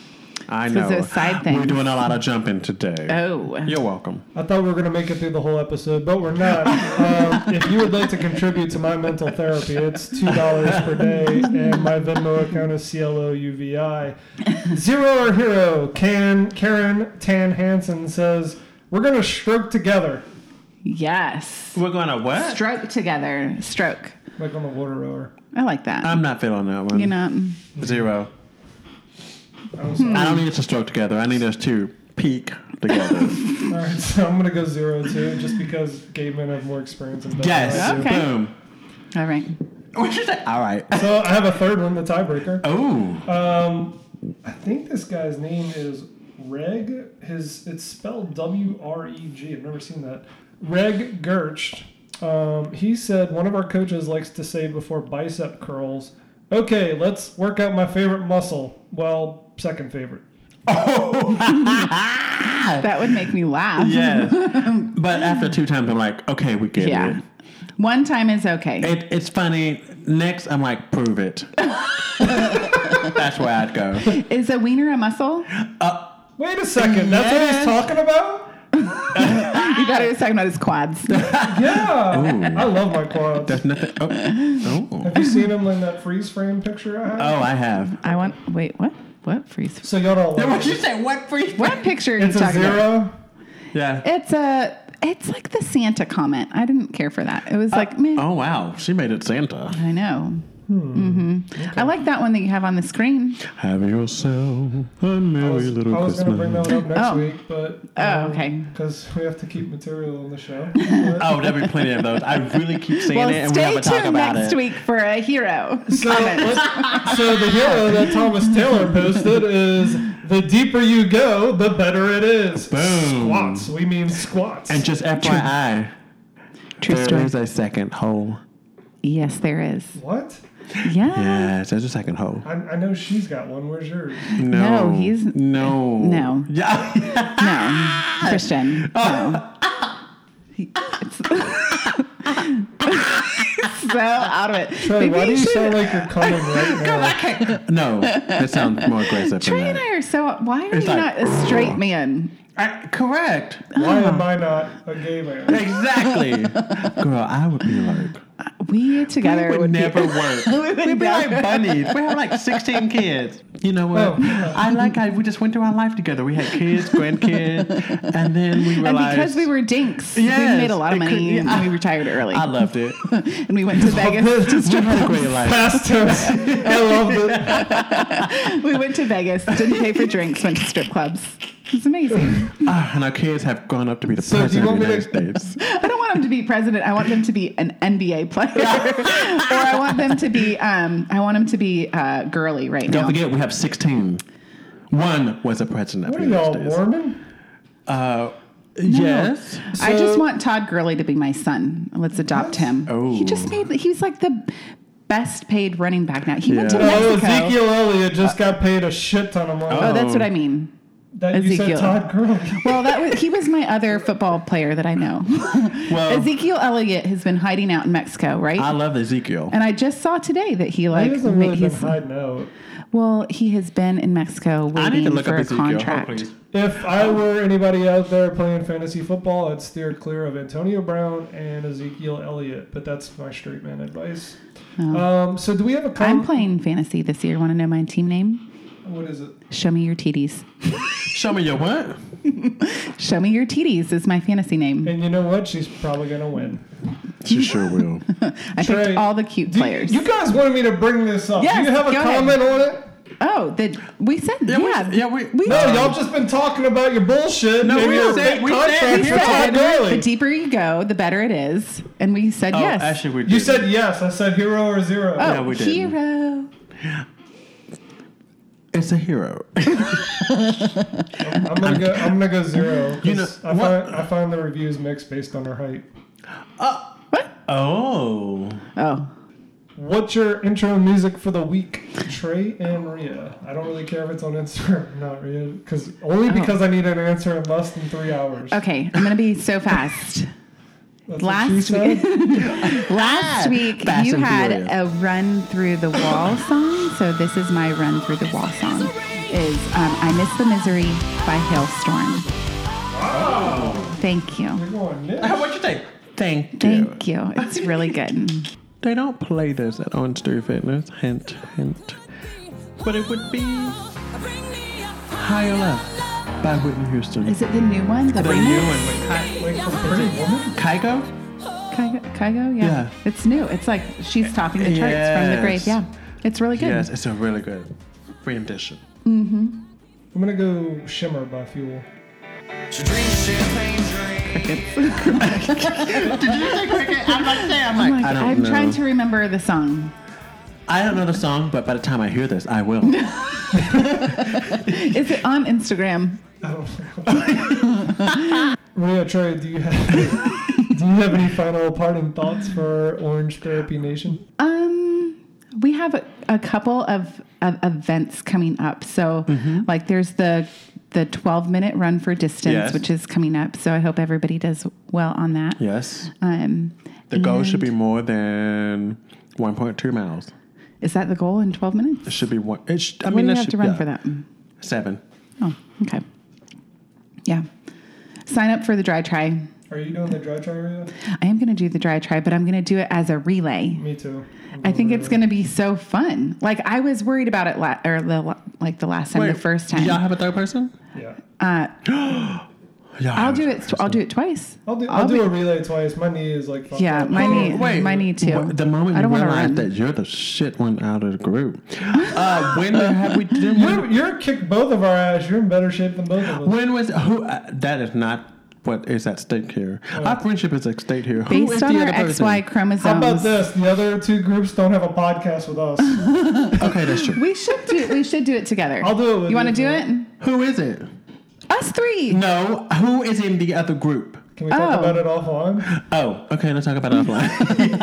B: I know.
A: those side
B: We're
A: things.
B: doing a lot of jumping today.
A: Oh.
B: You're welcome.
D: I thought we were going to make it through the whole episode, but we're not. um, if you would like to contribute to my mental therapy, it's $2 per day, and my Venmo account is CLOUVI. Zero or Hero, Can, Karen Tan Hansen says, We're going to stroke together,
A: Yes.
B: We're going to what?
A: Stroke together. Stroke.
D: like on the water rower.
A: I like that.
D: Um,
B: I'm not feeling that one.
A: you know, mm,
B: Zero.
D: I was like,
B: I don't need us to stroke together. I need us to peak together.
D: All right, so I'm going to go zero too, just because gay men have more experience in bed.
B: yes.
D: than I do.
A: Okay.
B: Boom.
A: all right.
B: What'd you say? All right.
D: So I have a third one, the tiebreaker.
B: Oh.
D: Um, I think this guy's name is Reg, his it's spelled W R E G. I've never seen that. Reg Gercht. Um, he said one of our coaches likes to say before bicep curls, "Okay, let's work out my favorite muscle." Well, second favorite.
A: That would make me laugh.
B: Yes. but after two times, I'm like, okay, we get
A: Yeah.
B: it.
A: One time is okay.
B: it. It's funny. Next, I'm like, prove it. That's where I'd go.
A: Is a wiener a muscle?
D: Wait a second, that's what
B: Yes.
D: he's talking about.
A: You thought he was talking about his quads.
D: Yeah,
B: Ooh.
D: I love my quads.
B: There's nothing. Oh, oh.
D: Have you seen him in that freeze frame picture I had?
B: oh I have.
A: I want. Wait, what? What freeze?
D: So y'all don't like it.
B: you say? What for?
A: What picture are you
D: It's a
A: talking about?
D: zero.
B: Yeah.
A: It's a. It's like the Santa comment. I didn't care for that. It
D: Uh,
A: was like, meh.
B: Oh wow, she made it Santa.
A: I know. hmm I like that one that you have on the screen.
B: Have yourself a merry
D: I was,
B: Oh, little
D: I was
B: Christmas.
D: gonna bring that one up next
A: Oh.
D: week, but
A: Oh, okay.
D: because we have to keep material on the show.
B: Oh, there'll be plenty of those. I really keep saying
A: Well,
B: it, and we
A: stay
B: never talk
A: tuned
B: about
A: next
B: it.
A: week for a hero.
D: So, let's- so the hero that Thomas Taylor posted is the deeper you go, the better it is.
B: Boom.
D: Squats. We mean squats.
B: And just FYI,
A: True
B: there
A: story.
B: is a second hole.
A: Yes, there is.
D: what?
A: Yeah.
B: Yes, there's a second hole.
D: I, I know she's got one. Where's yours?
B: No,
A: No, he's-
B: no,
A: No.
B: Yeah,
A: No, Christian. No. He- it's- so out of it.
D: Trey,
A: Maybe
D: why do you
A: should-
D: sound like you're coming right now?
B: no. That sounds more aggressive.
A: Trey
B: than
A: and
B: that.
A: I are so. Why are
B: It's
A: you
B: like-
A: not a straight man?
B: I- correct.
A: Oh,
D: Why am I not a gay man?
B: Exactly. Girl, I would be like,
A: We together
B: it would,
A: be-
B: never work.
A: would
B: We'd be like
A: never-
B: bunnies. We have like 16 kids. You know what?
D: Oh.
B: I like how we just went through our life together. We had kids, grandkids, and then we
A: And
B: realized.
A: because we were dinks,
B: Yes,
A: we made a lot of
B: it could-
A: money
B: yeah.
A: and we retired early.
B: I loved it.
A: and we went to Vegas to
B: we
A: strip
B: had a great life.
D: Pastors. I love it.
A: We went to Vegas, didn't pay for drinks, went to strip clubs. It's amazing.
B: Ah, and our kids have grown up to be the
D: So do you
B: president of
D: want
B: the
D: me to-
B: United States.
A: I don't want them to be president. I want them to be an NBA player, or I want them to be. Um, I want them to be uh, girly right
B: Don't
A: now.
B: forget, we have 16. One was a president of
D: What
B: the
D: are
B: United
D: y'all,
B: States.
D: Mormon?
B: Uh, Yes.
A: I just
D: So-
A: want Todd Gurley to be my son. Let's adopt him.
B: Oh.
A: He just made. He was like the best paid running back. Now he went to
B: Yeah.
D: Oh,
A: Mexico. Uh,
D: Ezekiel Elliott just got paid a shit ton of money.
A: Oh, that's what I mean.
D: that you
A: Ezekiel.
D: said Todd Gurley.
A: Well, that was, he was my other football player that I know.
B: Well-
A: Ezekiel Elliott has been hiding out in Mexico, right?
B: I love Ezekiel.
A: and I just saw today that he
D: He
A: like
D: hasn't really been
A: he's-
D: hiding out.
A: well, he has been in Mexico
B: I need
A: waiting
B: to look
A: for
B: up
A: a
B: Ezekiel.
A: contract.
B: Oh, please.
D: If I were anybody out there playing fantasy football, I'd steer clear of Antonio Brown and Ezekiel Elliott. But that's my straight man advice. Um, so do we have a
A: Oh. I'm
B: Oh.
D: com-
A: playing fantasy this year. Want to know my team name?
D: What is it?
A: Show me your TDs.
B: Show me your what?
A: Show me your TDs is my fantasy name.
D: And you know what? She's probably gonna win.
B: She sure will.
A: I
D: Trey,
A: picked all the cute
D: do you-
A: players.
D: You, guys wanted me to bring this up.
A: Yes,
D: do you have a
A: go ahead.
D: comment on it?
A: oh, the, we said yeah.
B: we- yeah, we-
D: No, y'all just been talking about your bullshit.
B: No,
D: and
B: we
D: your
B: said-
D: big
B: we
D: contract
B: said- we
D: for Todd
A: said the
D: Gurley.
A: deeper you go, the better it is, and we said
B: Oh,
A: yes.
B: actually, we did.
D: You said yes. I said hero or zero.
A: oh,
B: we didn't.
A: hero.
B: it's a hero.
D: I'm gonna go. I'm gonna go zero.
B: You know,
D: 'cause I
B: what-
D: find I find the reviews mixed based on her height.
B: oh.
A: Oh,
D: What's your intro music for the week, Trey and Rhea? I don't really care if it's on Instagram or not, Rhea, because only because I need an answer in less than three hours.
A: okay. I'm gonna be so fast.
D: That's
A: Uh, Last
D: what she said.
A: Last week
B: Fast
A: you
B: Ah, and
A: had
B: furious.
A: a run through the wall song, so this is my run through the wall song. Is um, I miss the misery by Hailstorm. Thank you.
D: You're going Nick.
B: How what you think? Thank you.
A: Thank you. It's really good.
B: They don't play this at On Stu Fitness. Hint, hint. But it would be Higher Love by Whitney Houston.
A: Is it the new one? The,
B: the
A: remix?
B: new one with Ki-
D: Wait, from Pretty Woman?
B: Kygo?
A: Kygo, Kygo? Yeah.
B: Yeah.
A: It's new. It's like she's topping the charts from the grave. Yeah.
B: Yes.
A: It's really good.
B: Yes, it's a really good rendition.
D: I'm gonna go Shimmer by Fuel.
E: She drinks champagne drink.
B: Did you say cricket? I'm like, I'm
A: I'm, like, I'm trying to remember the song.
B: I don't know the song, but by the time I hear this, I will.
A: Is it on Instagram?
D: Rio Troy, do you have do you have any final parting thoughts for Orange Therapy Nation?
A: Um, we have a, a couple of, of events coming up. So,
B: Mm-hmm.
A: like, there's the the 12 minute run for distance,
B: Yes.
A: which is coming up. So I hope everybody does well on that.
B: yes.
A: Um,
B: The goal should be
A: and-
B: more than 1.2 miles.
A: Is that the goal in 12 minutes?
B: It should be one. It should, I
A: What
B: mean,
A: do you
B: that
A: have
B: should,
A: to run
B: yeah,
A: for that?
B: Seven.
A: Oh, okay. Yeah. Sign up for the dry try.
D: Are you doing the dry try, Rio?
A: I am going to do the dry try, but I'm going to do it as a relay.
D: Me too. I'm
A: I
D: doing
A: think
D: the
A: it's
D: relay.
A: going to be so fun. Like I was worried about it la- or the, la- like the last time, the first time.
B: Do y'all have a third person?
D: Yeah.
B: Yeah.
A: I'll do it. I'll do it twice.
D: I'll do. I'll,
A: be-
D: do a relay twice. My knee is like. fucked
A: Yeah,
D: up.
A: my knee.
B: wait,
A: my knee too.
B: The moment
A: I
B: you
A: don't wanna
B: realize
A: run.
B: that you're the shit one out of the group. Uh, when the- have we? Did
D: You're, you're kicked both of our ass. You're in better shape than both of us.
B: When was who? Uh, that is not what is at stake here. Our friendship is at stake here. Who is
A: Based on
B: the
A: our
B: other person?
A: XY chromosomes.
D: How about this? The other two groups don't have a podcast with us.
B: Okay, that's true.
A: We should do. We should do it together.
D: I'll do it with
A: you want to
D: you,
A: do
D: bro.
A: it?
B: who is it?
A: Us three.
B: No, who is in the other group?
D: Can we talk
A: Oh.
D: about it offline?
B: Oh, okay. Let's talk about it offline.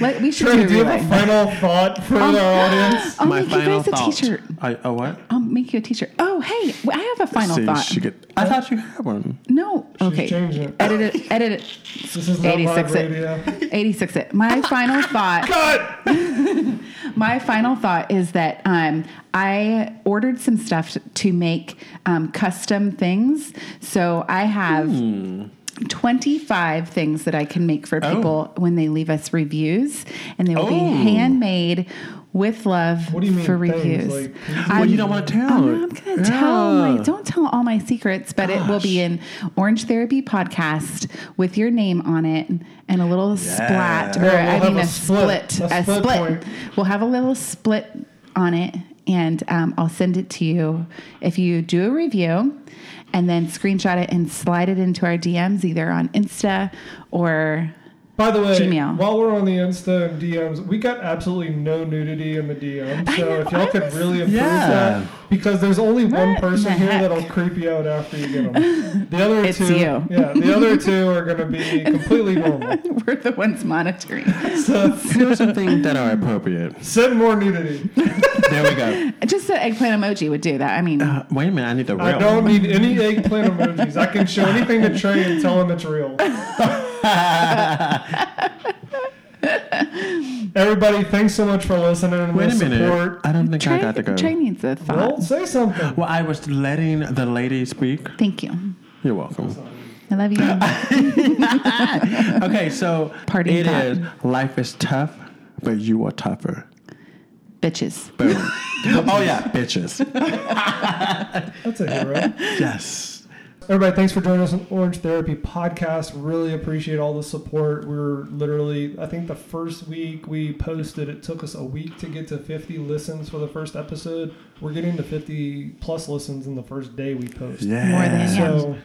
A: Let, we Um, should
D: Trey,
A: do
D: do
A: a
D: you have a
A: relay.
D: final thought for our audience?
A: I'll
B: My
A: make Oh, you
B: final
A: guys a
B: thought.
A: T-shirt.
B: I, oh, what?
A: I'll make you a T-shirt. Oh, hey, w- I have a final
B: See,
A: thought.
B: she could- I thought you had one.
A: no, okay.
D: changing it.
A: Edit it. Edit it.
D: This is not live
A: 86 it.
D: radio.
A: 86 it. My final thought. My final thought is that um, I ordered some stuff to make um, custom things. So I have
D: Hmm.
A: 25 things that I can make for
B: Oh.
A: people when they leave us reviews, and they will
B: Oh.
A: be handmade with love
D: What do you mean
A: for
D: things?
A: reviews.
D: Like,
B: Well,
A: I'm-
B: you don't want to tell.
A: I'm not gonna tell
B: Oh, Yeah.
A: my don't tell all my secrets, but it will be an Orange Therapy podcast with your name on it and a little splat or
D: Yeah, we'll
A: I
D: have
A: mean
D: a
A: a,
D: split,
A: split,
D: a
A: a
D: split
A: split.
D: point.
A: We'll have a little split on it, and um, I'll send it to you if you do a review. And then screenshot it and slide it into our DMs either on Insta or
D: By the way,
A: Gmail.
D: while we're on the Insta and DMs, we got absolutely no nudity in the DMs.
A: I
D: So
A: know,
D: if y'all
A: I
D: could
A: was-
D: really improve
B: Yeah.
D: that, because there's only one
A: What
D: person
A: the
D: here
A: heck?
D: that'll creep you out after you get them. The other
A: It's
D: two,
A: you.
D: yeah, the other two are going to be completely normal.
A: we're the ones monitoring.
D: So
B: Here's some things that are appropriate.
D: send more nudity.
B: There we go.
A: Just the eggplant emoji would do that. I mean,
B: Uh, wait a minute, I need the real.
D: I don't need any eggplant emojis. I can show anything to Trey and tell him it's real. Everybody, thanks so much for listening and
B: Wait
D: the
B: a minute.
D: support.
B: I don't think I
A: Trey,
B: got to go.
A: Trey needs a thought.
D: Well, say something.
B: Well, I was letting the lady speak.
A: Thank you.
B: You're welcome.
A: I love you.
B: Okay, so
A: Parting
B: it
A: thought.
B: is life is tough, but you are tougher.
A: bitches.
B: Boom. oh yeah, bitches.
D: That's a hero.
B: Yes.
D: Everybody, thanks for joining us on Orange Therapy Podcast. Really appreciate all the support. We're literally, I think the first week we posted, it took us a week to get to 50 listens for the first episode. We're getting to 50 plus listens in the first day we post.
B: Yeah.
A: More than
D: So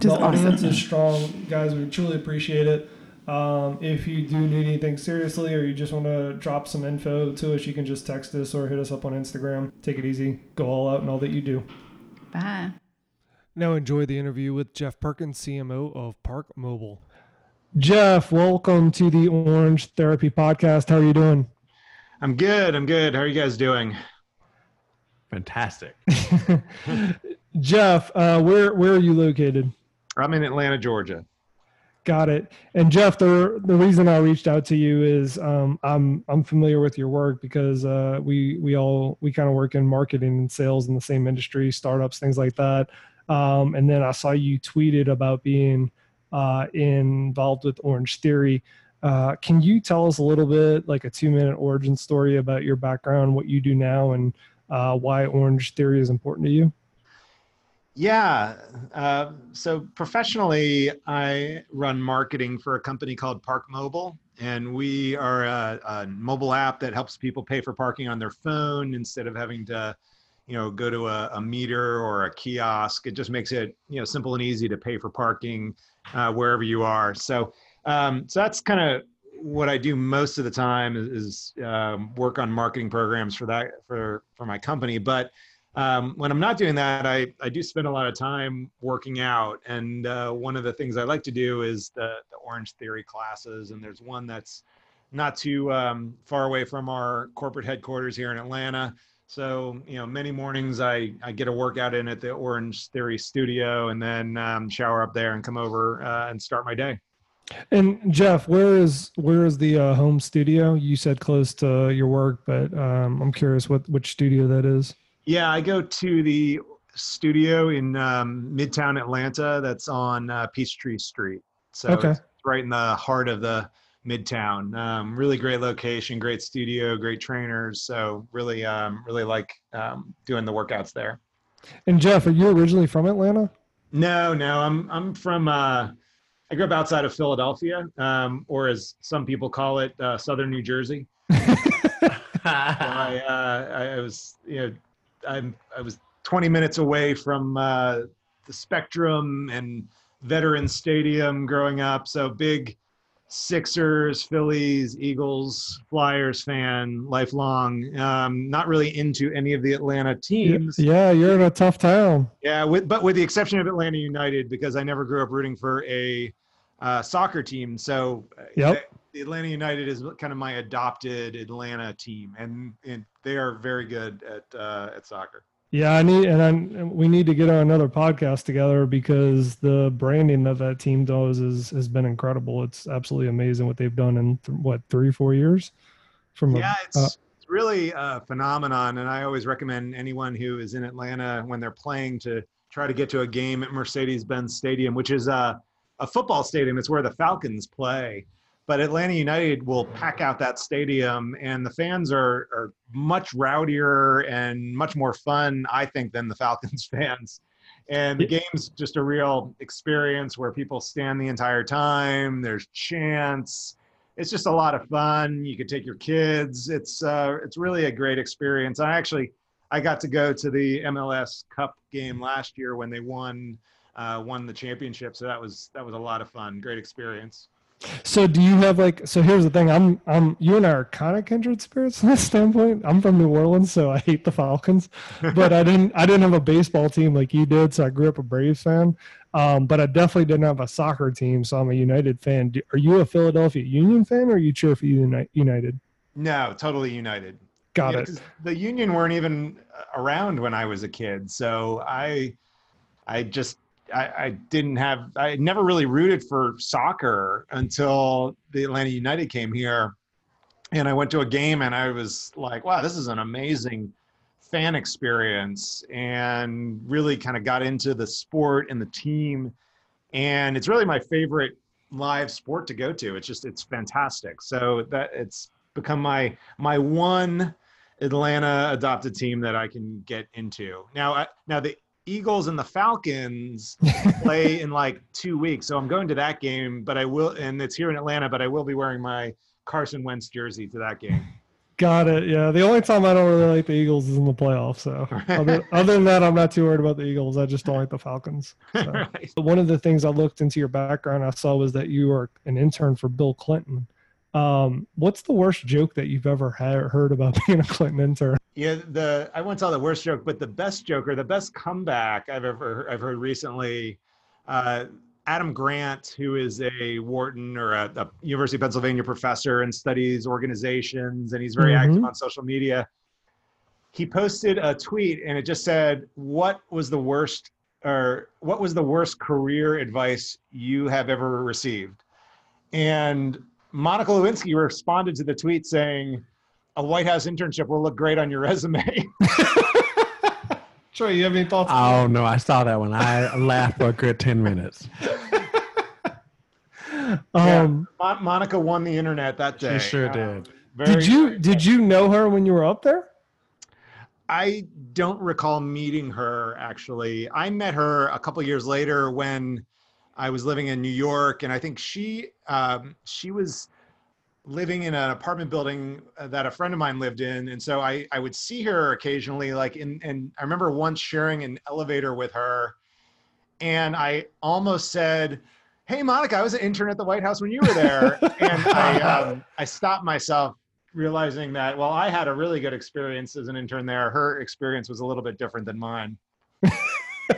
A: Just
D: the audience
A: awesome.
D: is strong, guys. We truly appreciate it. Um, if you do need anything seriously, or you just want to drop some info to us, you can just text us or hit us up on Instagram. Take it easy, go all out, and all that you do.
A: Bye.
D: Now enjoy the interview with Jeff Perkins, CMO of Park Mobile. Jeff, welcome to the Orange Therapy Podcast. How are you doing?
F: I'm good. I'm good. How are you guys doing?
B: Fantastic.
D: Jeff, uh, where where are you located?
F: I'm in Atlanta, Georgia.
D: Got it. And Jeff, the the reason I reached out to you is um, I'm I'm familiar with your work because uh, we we all we kind of work in marketing and sales in the same industry, startups, things like that. Um, and then I saw you tweeted about being uh, involved with Orange Theory. Uh, can you tell us a little bit, like a two minute origin story about your background, what you do now, and uh, why Orange Theory is important to you?
F: Yeah. Uh, so professionally, I run marketing for a company called Park Mobile, and we are a, a mobile app that helps people pay for parking on their phone instead of having to, you know, go to a, a meter or a kiosk. It just makes it you know simple and easy to pay for parking uh, wherever you are. So um, so that's kind of what I do most of the time is, is um, work on marketing programs for that for for my company. But um, when I'm not doing that, I I do spend a lot of time working out. And uh, one of the things I like to do is the the Orange Theory classes. And there's one that's not too um, far away from our corporate headquarters here in Atlanta. So you know, many mornings I I get a workout in at the Orange Theory studio, and then um, shower up there and come over uh, and start my day.
D: And Jeff, where is where is the uh, home studio? You said close to your work, but um, I'm curious what which studio that is.
F: Yeah, I go to the studio in um, Midtown Atlanta. That's on uh, Peachtree Street. So
D: Okay.
F: it's right in the heart of the Midtown. Um, really great location, great studio, great trainers. So really, um, really like um, doing the workouts there.
D: And Jeff, are you originally from Atlanta?
F: No, no, I'm I'm from. Uh, I grew up outside of Philadelphia, um, or as some people call it, uh, Southern New Jersey. I, uh, I- I was, you know, I'm, I was 20 minutes away from uh, the Spectrum and Veterans Stadium growing up. So big Sixers, Phillies, Eagles, Flyers fan, lifelong. Um, not really into any of the Atlanta teams.
D: Yeah, you're in a tough town.
F: Yeah, with, but with the exception of Atlanta United, because I never grew up rooting for a uh, soccer team. So uh,
D: Yep.
F: the Atlanta United is kind of my adopted Atlanta team, and, and they are very good at uh, at soccer.
D: Yeah, I need and I we need to get on another podcast together because the branding that that team does is has been incredible. It's absolutely amazing what they've done in th- what three four years. From a-
F: Yeah, it's,
D: uh,
F: it's really a phenomenon, and I always recommend anyone who is in Atlanta when they're playing to try to get to a game at Mercedes-Benz Stadium, which is a, a football stadium. It's where the Falcons play, but Atlanta United will pack out that stadium, and the fans are are much rowdier and much more fun, I think, than the Falcons fans. And the game's just a real experience where people stand the entire time. There's chants it's just a lot of fun. You could take your kids. It's uh, it's really a great experience. I actually I got to go to the MLS Cup game last year when they won uh, won the championship. So that was that was a lot of fun. Great experience.
D: so do you have like so here's the thing I'm I'm you and I are kind of kindred spirits from that standpoint. I'm from New Orleans, so I hate the Falcons, but I didn't I didn't have a baseball team like you did, so I grew up a Braves fan. Um, but I definitely didn't have a soccer team, so I'm a United fan. Do, are you a Philadelphia Union fan, or you cheer for Uni- United?
F: No, totally united.
D: Got
F: Yeah,
D: it.
F: 'cause The union weren't even around when I was a kid, so I, I just I, I didn't have I never really rooted for soccer until the Atlanta United came here, and I went to a game and I was like, wow, this is an amazing fan experience, and really kind of got into the sport and the team, and it's really my favorite live sport to go to. It's just it's fantastic. So that it's become my my one Atlanta adopted team that I can get into. Now I, now the Eagles and the Falcons play in like 2 weeks. So I'm going to that game, but I will and it's here in Atlanta, but I will be wearing my Carson Wentz jersey to that game.
D: Got it. Yeah. The only time I don't really like the Eagles is in the playoffs. So other, other than that, I'm not too worried about the Eagles. I just don't like the Falcons. So.
F: Right.
D: One of the things I looked into your background, I saw was that you were an intern for Bill Clinton. Um, what's the worst joke that you've ever ha- heard about being a Clinton intern?
F: Yeah, the I won't tell the worst joke, but the best joke or the best comeback I've ever I've heard recently. Uh, Adam Grant, who is a Wharton or a, a University of Pennsylvania professor and studies organizations, and he's very active on social media. He posted a tweet and it just said, "What was the worst or what was the worst career advice you have ever received?" And Monica Lewinsky responded to the tweet saying a White House internship will look great on your resume.
D: Troy, you have any thoughts?
B: Oh no, I saw that one. I laughed for a good ten minutes.
D: um,
F: Mon- Monica won the internet that day.
B: She sure
F: Um,
B: did.
F: very-
D: Did you did you know her when you were up there?
F: I don't recall meeting her actually. I met her a couple years later when I was living in New York, and I think she um, she was living in an apartment building uh, that a friend of mine lived in, and so I I would see her occasionally. Like in and I remember once sharing an elevator with her, and I almost said, "Hey, Monica, I was an intern at the White House when you were there," and I uh, I stopped myself, realizing that while I had a really good experience as an intern there, her experience was a little bit different than mine.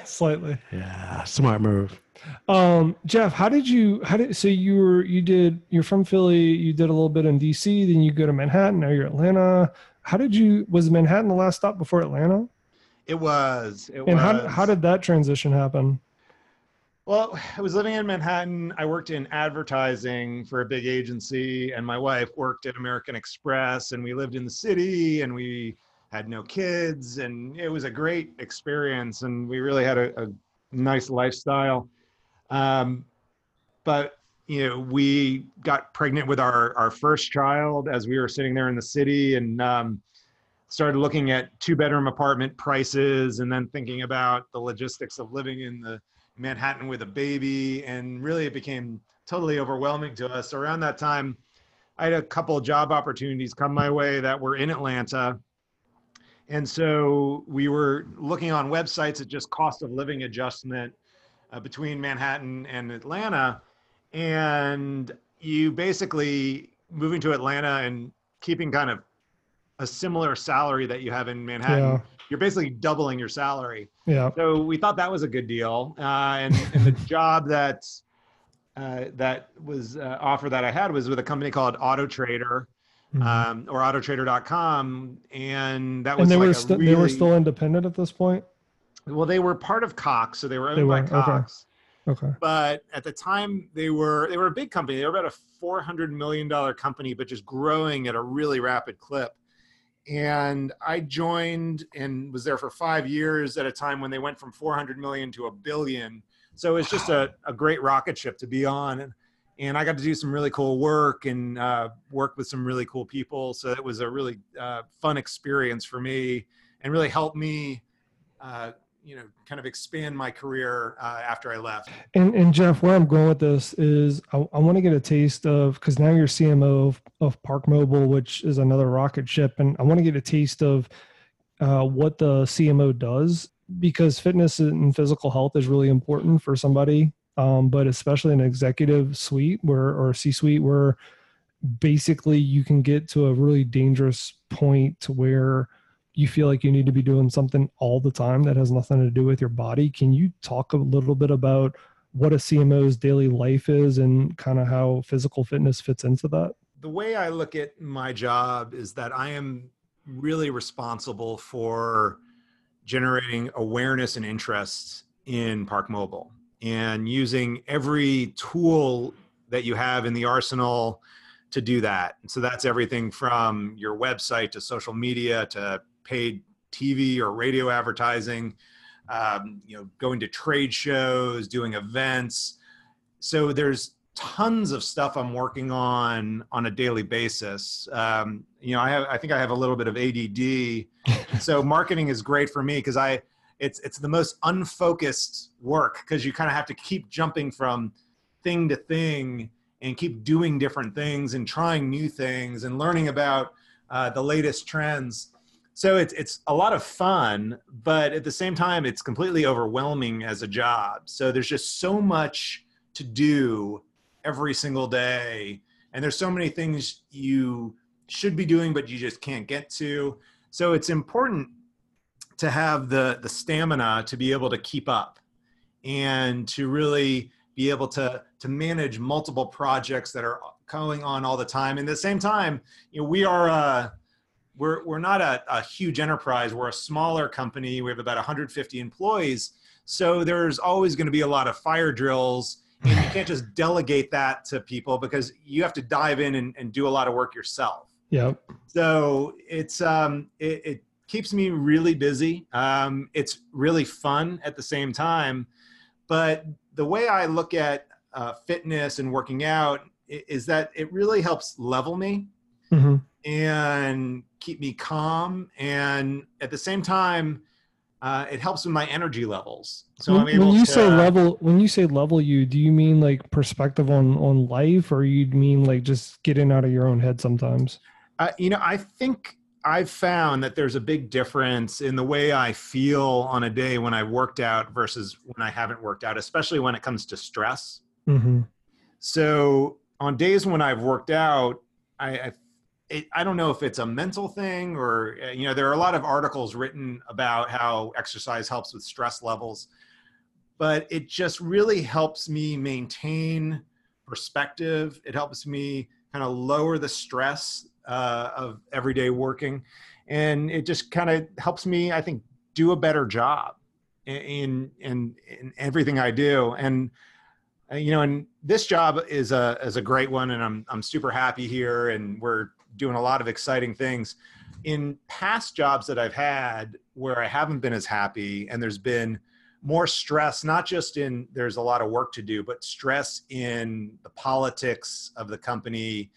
D: Slightly.
B: Yeah, smart move.
D: Um, Jeff, how did you? How did so you were you did you're from Philly? You did a little bit in D.C. Then you go to Manhattan. Now you're Atlanta. How did you? Was Manhattan the last stop before Atlanta?
F: It was. It
D: And
F: was.
D: how how did that transition happen?
F: Well, I was living in Manhattan. I worked in advertising for a big agency, and my wife worked at American Express, and we lived in the city, and we had no kids, and it was a great experience, and we really had a, a nice lifestyle. Um, but you know, we got pregnant with our our first child as we were sitting there in the city, and um, started looking at two bedroom apartment prices, and then thinking about the logistics of living in the Manhattan with a baby, and really it became totally overwhelming to us. Around that time, I had a couple job opportunities come my way that were in Atlanta. And so we were looking on websites at just cost of living adjustment uh, between Manhattan and Atlanta. And you basically moving to Atlanta and keeping kind of a similar salary that you have in Manhattan,
D: Yeah.
F: you're basically doubling your salary.
D: Yeah.
F: So we thought that was a good deal, uh, and, and the job that uh, that was uh, offer that I had was with a company called Auto Trader um, or AutoTrader.com, and that was
D: Mm-hmm. and they
F: like
D: were
F: a
D: st-
F: really,
D: they were still independent at this point.
F: well, they were part of Cox, so they were owned
D: They
F: by
D: were, okay.
F: Cox.
D: Okay.
F: But at the time, they were they were a big company. They were about a four hundred million dollar company, but just growing at a really rapid clip. And I joined and was there for five years at a time when they went from four hundred million to a billion. So it's just a, a great rocket ship to be on. And, and I got to do some really cool work and uh, work with some really cool people. So it was a really uh, fun experience for me and really helped me, uh, you know, kind of expand my career uh, after I left.
D: And and Jeff, where I'm going with this is I, I want to get a taste of because now you're CMO of, of Park Mobile, which is another rocket ship, and I want to get a taste of uh, what the CMO does because fitness and physical health is really important for somebody, um, but especially an executive suite where or C suite where basically you can get to a really dangerous point to where you feel like you need to be doing something all the time that has nothing to do with your body. Can you talk a little bit about what a CMO's daily life is and kind of how physical fitness fits into that?
F: the way I look at my job is that I am really responsible for generating awareness and interest in Park Mobile and using every tool that you have in the arsenal to do that. So that's everything from your website to social media to paid TV or radio advertising, um, you know, going to trade shows, doing events, so there's tons of stuff I'm working on on a daily basis. Um, you know, I have I think I have a little bit of ADD, so marketing is great for me because I it's it's the most unfocused work because you kind of have to keep jumping from thing to thing and keep doing different things and trying new things and learning about uh, the latest trends. So it's it's a lot of fun, but at the same time, it's completely overwhelming as a job. So there's just so much to do every single day. And there's so many things you should be doing, but you just can't get to. So it's important to have the, the stamina to be able to keep up and to really be able to, to manage multiple projects that are going on all the time. And at the same time, you know, we are, uh, we're, we're not a, a huge enterprise. We're a smaller company. We have about 150 employees. So there's always going to be a lot of fire drills and you can't just delegate that to people because you have to dive in and, and do a lot of work yourself
D: Yep.
F: so it's um it, it keeps me really busy um it's really fun at the same time but the way i look at uh, fitness and working out i- is that it really helps level me
D: hmm
F: and keep me calm and at the same time uh, it helps with my energy levels so
D: when,
F: i'm able
D: when you
F: to uh,
D: say level, when you say level, you do you mean like perspective on on life, or you mean like just getting out of your own head sometimes?
F: Uh, you know, I think I've found that there's a big difference in the way I feel on a day when I worked out versus when I haven't worked out, especially when it comes to stress.
D: Mm-hmm.
F: So on days when I've worked out, I I, it, I don't know if it's a mental thing or uh, you know there are a lot of articles written about how exercise helps with stress levels, but it just really helps me maintain perspective. It helps me kind of lower the stress uh, of everyday working, and it just kind of helps me I think do a better job in in in everything I do and. Uh, you know, and this job is a is a great one, and I'm I'm super happy here, and we're doing a lot of exciting things. In past jobs that I've had, where I haven't been as happy, and there's been more stress, not just in there's a lot of work to do, but stress in the politics of the company.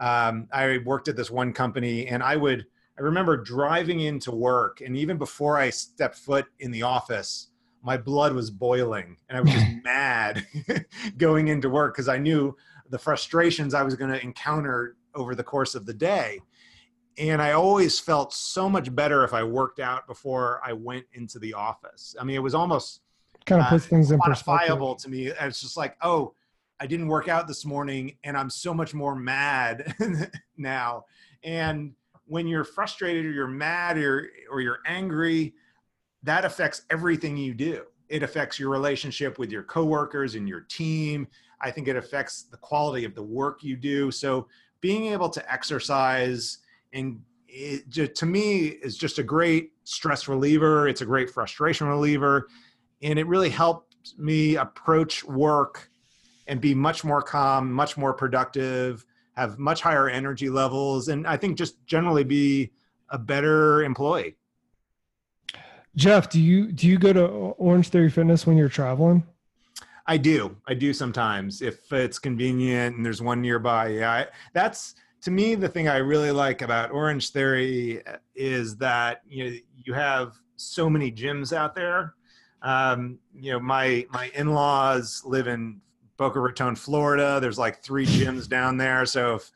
F: Um, I worked at this one company, and I would I remember driving into work, and even before I stepped foot in the office, my blood was boiling and I was just mad going into work because I knew the frustrations I was going to encounter over the course of the day. And I always felt so much better if I worked out before I went into the office. I mean, it was almost
D: Kind of
F: Uh,
D: puts things in perspective.
F: quantifiable to me. It's just like, oh, I didn't work out this morning and I'm so much more mad now. And when you're frustrated or you're mad or, or you're angry, that affects everything you do. It affects your relationship with your coworkers and your team. I think it affects the quality of the work you do. So being able to exercise and it, ju- to me is just a great stress reliever. It's a great frustration reliever and it really helped me approach work and be much more calm, much more productive, have much higher energy levels, and I think just generally be a better employee.
D: Jeff, do you do you go to O- Orange Theory Fitness when you're traveling?
F: I do, I do sometimes if it's convenient and there's one nearby. Yeah, I, that's to me the thing I really like about Orange Theory uh, is that you know, you have so many gyms out there. Um, you know, my my in-laws live in Boca Raton, Florida. There's like three gyms down there, so if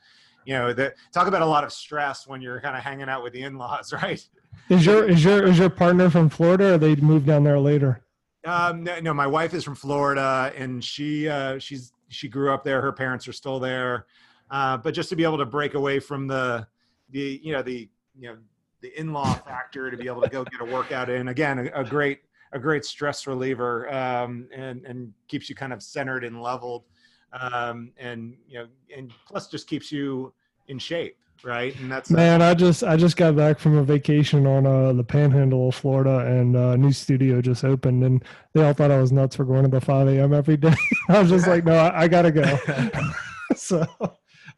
F: you know, the, talk about a lot of stress when you're kind of hanging out with the in-laws, right?
D: Is your is your is your partner from Florida or they moved down there later?
F: Um, no, no, my wife is from Florida, and she uh, she's she grew up there. Her parents are still there, uh, but just to be able to break away from the the you know the you know the in law factor to be able to go get a workout in again a, a great a great stress reliever um, and and keeps you kind of centered and leveled, um, and you know and plus just keeps you in shape, right? And that's uh,
D: Man, I just I just got back from a vacation on uh, the Panhandle of Florida, and uh, a new studio just opened, and they all thought I was nuts for going to the 5 a.m. every day. I was just like, no, I, I gotta go. so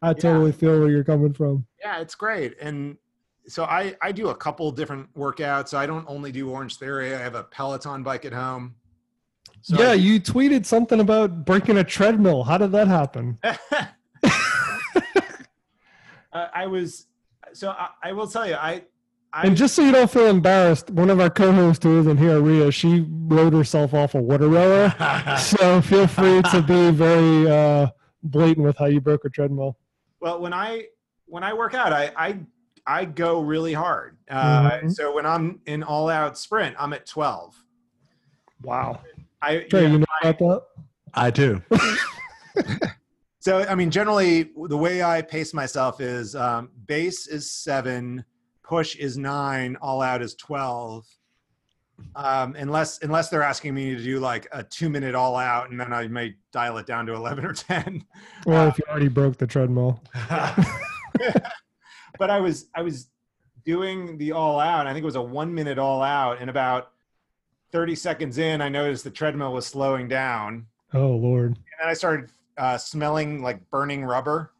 D: I totally feel where you're coming from.
F: Yeah, it's great. And so I I do a couple different workouts. I don't only do Orange Theory. I have a Peloton bike at home. So
D: yeah, you tweeted something about breaking a treadmill. How did that happen?
F: I, uh, I was so I, I will tell you I I
D: And just so you don't feel embarrassed, one of our co-hosts who isn't here, Rhea, she rode herself off a water rower. so feel free to be very uh, blatant with how you broke a treadmill.
F: well when I when I work out I I I go really hard. Uh,
D: Mhm.
F: So when I'm in all out sprint, I'm at twelve.
D: Wow,
F: I you
D: Trey,
F: know,
D: you know about that?
B: I do.
F: So, I mean, generally, the way I pace myself is um, base is seven, push is nine, all out is twelve. Um, unless unless they're asking me to do like a two minute all out, and then I may dial it down to eleven or ten.
D: Or if you already broke the treadmill.
F: but I was I was doing the all out. I think it was a one minute all out, and about thirty seconds in, I noticed the treadmill was slowing down.
D: Oh Lord,
F: and then I started uh, smelling like burning rubber,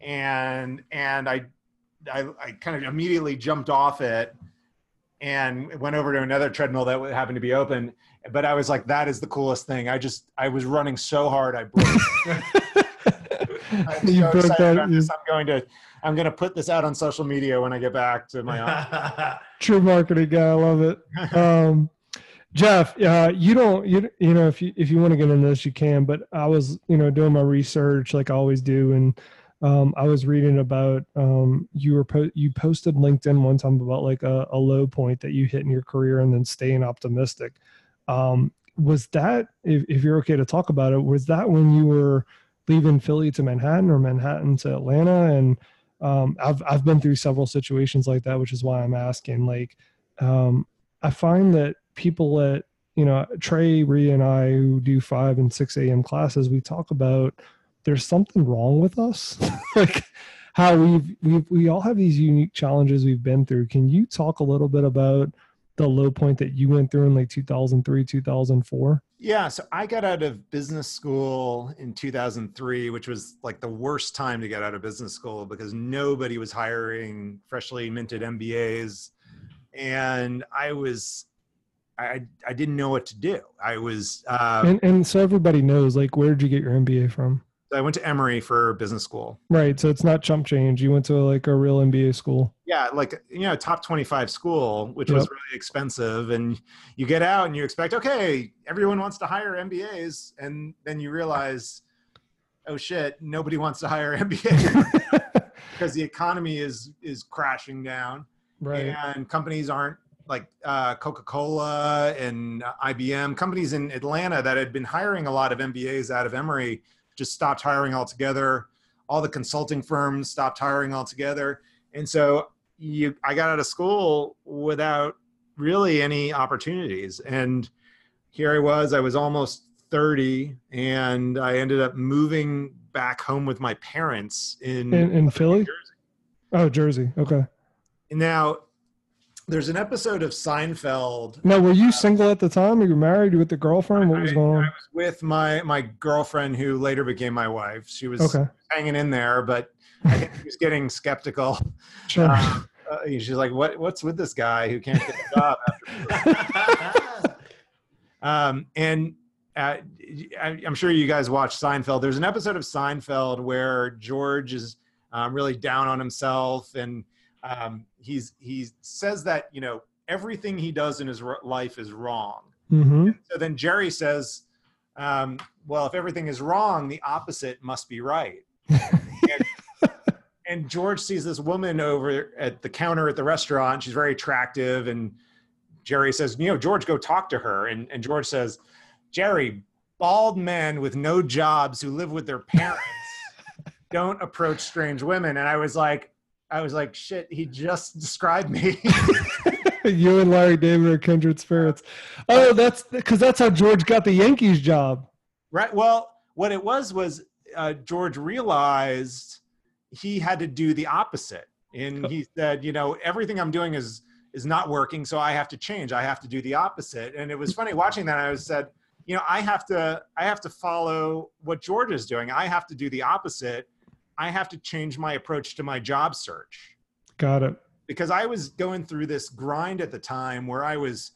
F: and and I, I I kind of immediately jumped off it and went over to another treadmill that happened to be open. But I was like, that is the coolest thing. I just I was running so hard I broke. I'm
D: You
F: so
D: broke
F: excited
D: that-
F: about this. I'm going to I'm going to put this out on social media when I get back to my office.
D: true marketing guy, I love it. Um, Jeff, uh, you don't you you know if you if you want to get into this, you can. But I was you know doing my research like I always do, and um, I was reading about um, you were po- you posted LinkedIn one time about like a, a low point that you hit in your career, and then staying optimistic. Um, was that if, if you're okay to talk about it was that when you were leaving philly to manhattan or manhattan to atlanta and um, I've, I've been through several situations like that which is why i'm asking like um, i find that people at you know trey ree and i who do 5 and 6 a.m classes we talk about there's something wrong with us like how we've, we've we all have these unique challenges we've been through can you talk a little bit about the low point that you went through in like 2003 2004
F: Yeah, so I got out of business school in 2003, which was like the worst time to get out of business school because nobody was hiring freshly minted MBAs, and I was, I I didn't know what to do. I was, uh,
D: and and so everybody knows like where did you get your mba from
F: I went to Emory for business school.
D: right so it's not chump change you went to like a real mba school
F: Yeah, like you know, top 25 school, which was
D: Yep.
F: really expensive, and you get out and you expect, okay, everyone wants to hire MBAs, and then you realize, oh shit, nobody wants to hire MBAs. because the economy is is crashing down and companies aren't like uh, coca-cola and ibm companies in atlanta that had been hiring a lot of mbas out of emory just stopped hiring altogether all the consulting firms stopped hiring altogether and so you i got out of school without really any opportunities and here i was i was almost 30 and i ended up moving back home with my parents in
D: In- in Philly?
F: Jersey.
D: oh jersey okay
F: Now, there's an episode of Seinfeld
D: now were you single at the time or you married you with the girlfriend what was
F: I-
D: going
F: I was with my my girlfriend who later became my wife. She was
D: on okay
F: hanging in there, but I think she was getting skeptical.
D: sure
F: Um, uh, she's like, "What? What's with this guy who can't get a job?" After um, and uh, I, I'm sure you guys watch Seinfeld. There's an episode of Seinfeld where George is um, really down on himself, and um, he's he says that you know everything he does in his r- life is wrong.
D: mm-hmm
F: So then Jerry says, um, "Well, if everything is wrong, the opposite must be right." and, and George sees this woman over at the counter at the restaurant. She's very attractive, and Jerry says, "You know, George, go talk to her." And, and George says, "Jerry, bald men with no jobs who live with their parents don't approach strange women." And I was like, I was like, "Shit, he just described me."
D: you and Larry David are kindred spirits. Oh, that's because that's how George got the Yankees job.
F: Right. Well, what it was was uh, George realized he had to do the opposite, and he said, you know, everything I'm doing is is not working, so I have to change. I have to do the opposite. And it was funny watching that. I was said, you know, I have to I have to follow what George is doing. I have to do the opposite. I have to change my approach to my job search
D: Got it.
F: because I was going through this grind at the time where I was,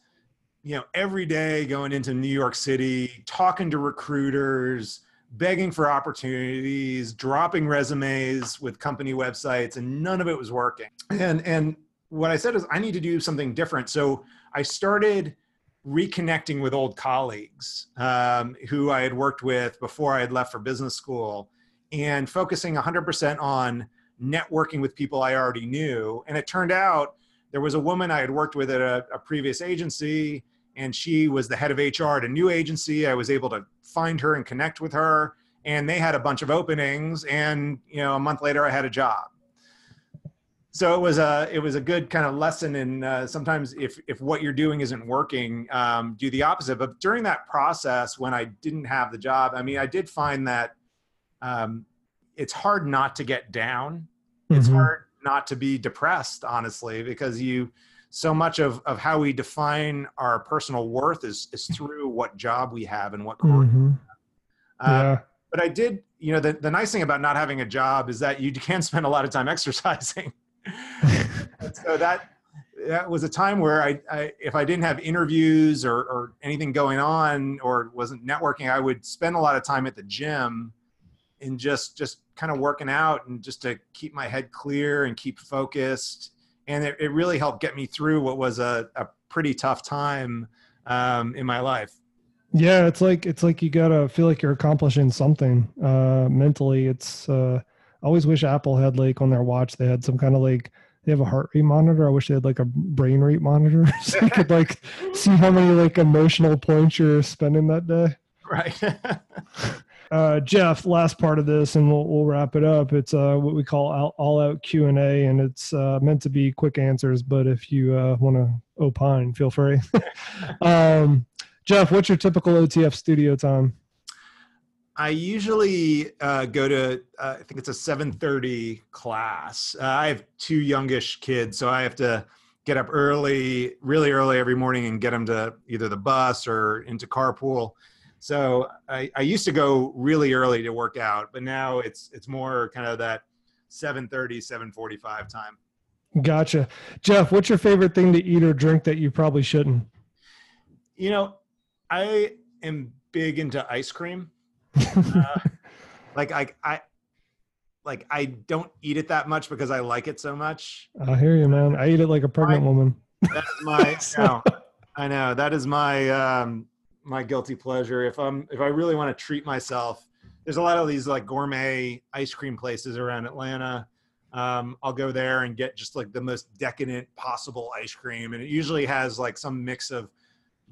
F: you know, every day going into New York City, talking to recruiters, begging for opportunities, dropping resumes with company websites, and none of it was working. And and what I said is I need to do something different. So I started reconnecting with old colleagues um, who I had worked with before I had left for business school, and focusing 100% on networking with people I already knew. And it turned out there was a woman I had worked with at a, a previous agency, and she was the head of HR at a new agency. I was able to find her and connect with her, and they had a bunch of openings. And you know, a month later, I had a job. So it was a it was a good kind of lesson in uh, sometimes if if what you're doing isn't working, um, do the opposite. But during that process, when I didn't have the job, I mean, I did find that um, it's hard not to get down it's
D: Mhm.
F: hard not to be depressed honestly because you so much of, of how we define our personal worth is, is through what job we have and what career.
D: Mhm.
F: Uh,
D: yeah.
F: but i did you know the, the nice thing about not having a job is that you can spend a lot of time exercising And so that that was a time where I, I if i didn't have interviews or, or anything going on or wasn't networking i would spend a lot of time at the gym and just just kind of working out and just to keep my head clear and keep focused and it, it really helped get me through what was a, a pretty tough time um, in my life
D: Yeah, it's like it's like you gotta feel like you're accomplishing something uh, mentally. It's uh, I always wish Apple had like on their watch they had some kind of like they have a heart rate monitor. I wish they had like a brain rate monitor so I could like see how many like emotional points you're spending that day.
F: Right.
D: Uh, Jeff, last part of this, and we'll, we'll wrap it up. It's uh, what we call all, all out Q and A, and it's uh, meant to be quick answers. But if you uh, want to opine, feel free. um, Jeff, what's your typical OTF studio time?
F: I usually uh, go to uh, I think it's a 7:30 class. Uh, I have two youngish kids, so I have to get up early, really early every morning, and get them to either the bus or into carpool. So I, I used to go really early to work out, but now it's it's more kind of that 7:30, 7:45 time.
D: Gotcha. Jeff, what's your favorite thing to eat or drink that you probably shouldn't?
F: You know, I am big into ice cream. Uh, like I, I like I don't eat it that much because I like it so much.
D: I hear you, man. I eat it like a pregnant
F: Right.
D: woman.
F: That is my no, I know that is my um, my guilty pleasure. If I'm if I really want to treat myself, there's a lot of these like gourmet ice cream places around Atlanta. Um, I'll go there and get just like the most decadent possible ice cream, and it usually has like some mix of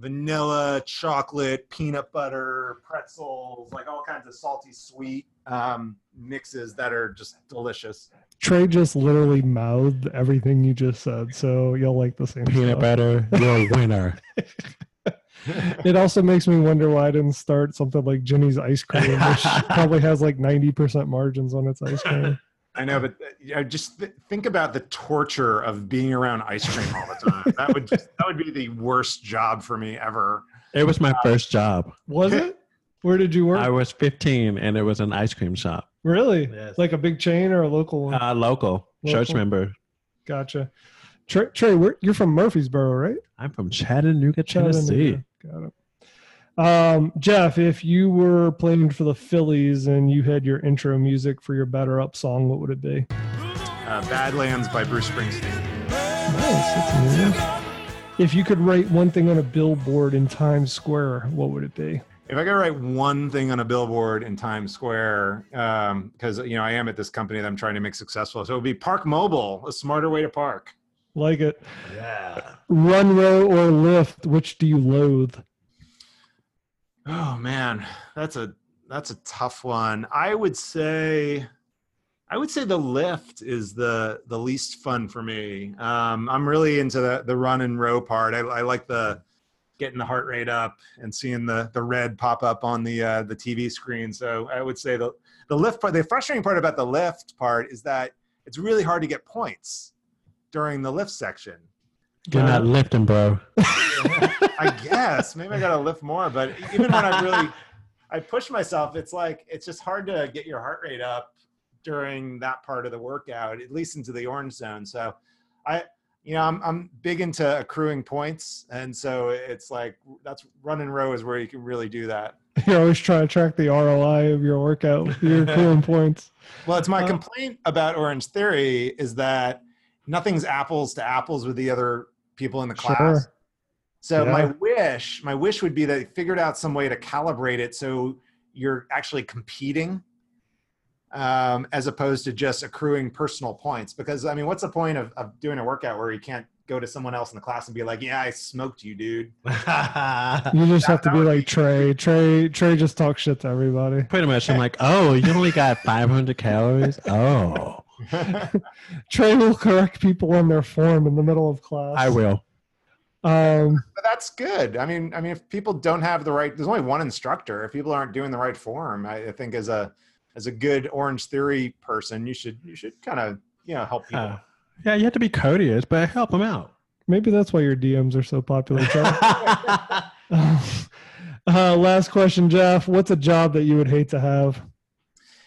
F: vanilla, chocolate, peanut butter, pretzels, like all kinds of salty sweet um, mixes that are just delicious.
D: Trey just literally mouthed everything you just said, so you'll like the same.
B: Peanut
D: stuff.
B: butter, you're a winner.
D: It also makes me wonder why I didn't start something like Jenny's ice cream, which probably has like ninety percent margins on its ice cream.
F: I know, but uh, you know, just th- think about the torture of being around ice cream all the time. that would just, that would be the worst job for me ever.
B: It was my first job.
D: Was it? Where did you work?
B: I was 15 and it was an ice cream shop.
D: really?
B: Yes.
D: Like a big chain or a local one?
B: Uh, local, church
D: Local.
B: member.
D: gotcha. Trey, Trey where, you're from Murfreesboro, right?
B: I'm from Chattanooga, Tennessee.
D: Chattanooga. Got it. Um, Jeff, if you were playing for the Phillies and you had your intro music for your Better Up song, what would it be?
F: Uh, Badlands by Bruce Springsteen.
D: Nice, that's new. If you could write one thing on a billboard in Times Square, what would it be?
F: If I could write one thing on a billboard in Times Square, because you know I am at this company that I'm trying to make successful, so it would be Park Mobile, a smarter way to park.
D: Like it. Yeah. Run, row, or lift, which do you loathe?
F: Oh man, that's a that's a tough one. I would say I would say the lift is the the least fun for me. Um, I'm really into the the run and row part. I, I like the getting the heart rate up and seeing the the red pop up on the uh, the TV screen. So I would say the the lift part. The frustrating part about the lift part is that it's really hard to get points during the lift section.
B: You're not lifting, bro.
F: I guess maybe I gotta lift more, but even when I really I push myself, it's like it's just hard to get your heart rate up during that part of the workout, at least into the orange zone. So I you know, I'm I'm big into accruing points and so it's like that's run and row is where you can really do that.
D: You're always trying to track the ROI of your workout, with your cooling points.
F: Well, it's
D: Uh-huh.
F: my complaint about Orange Theory is that nothing's apples to apples with the other people in the class.
D: Sure.
F: So my
D: Yeah.
F: wish, my wish would be that they figured out some way to calibrate it so you're actually competing um, as opposed to just accruing personal points. Because I mean, what's the point of, of doing a workout where you can't go to someone else in the class and be like, "Yeah, I smoked you, dude."
D: You just have to
F: that
D: be
F: would
D: like
F: be-
D: Trey. Trey Trey just talks shit to everybody.
B: Pretty much, I'm like, oh, you only got 500 calories? Oh,
D: Trey will correct people on their form in the middle of class.
B: I will.
D: Um,
F: But that's good. I mean, I mean, if people don't have the right, there's only one instructor. If people aren't doing the right form, I, I think as a as a good Orange Theory person, you should you should kind of you know help people.
B: Uh, yeah, you have to be courteous, but help them out.
D: maybe that's why your DMs are so popular. Jeff. uh, last question, Jeff. What's a job that you would hate to have?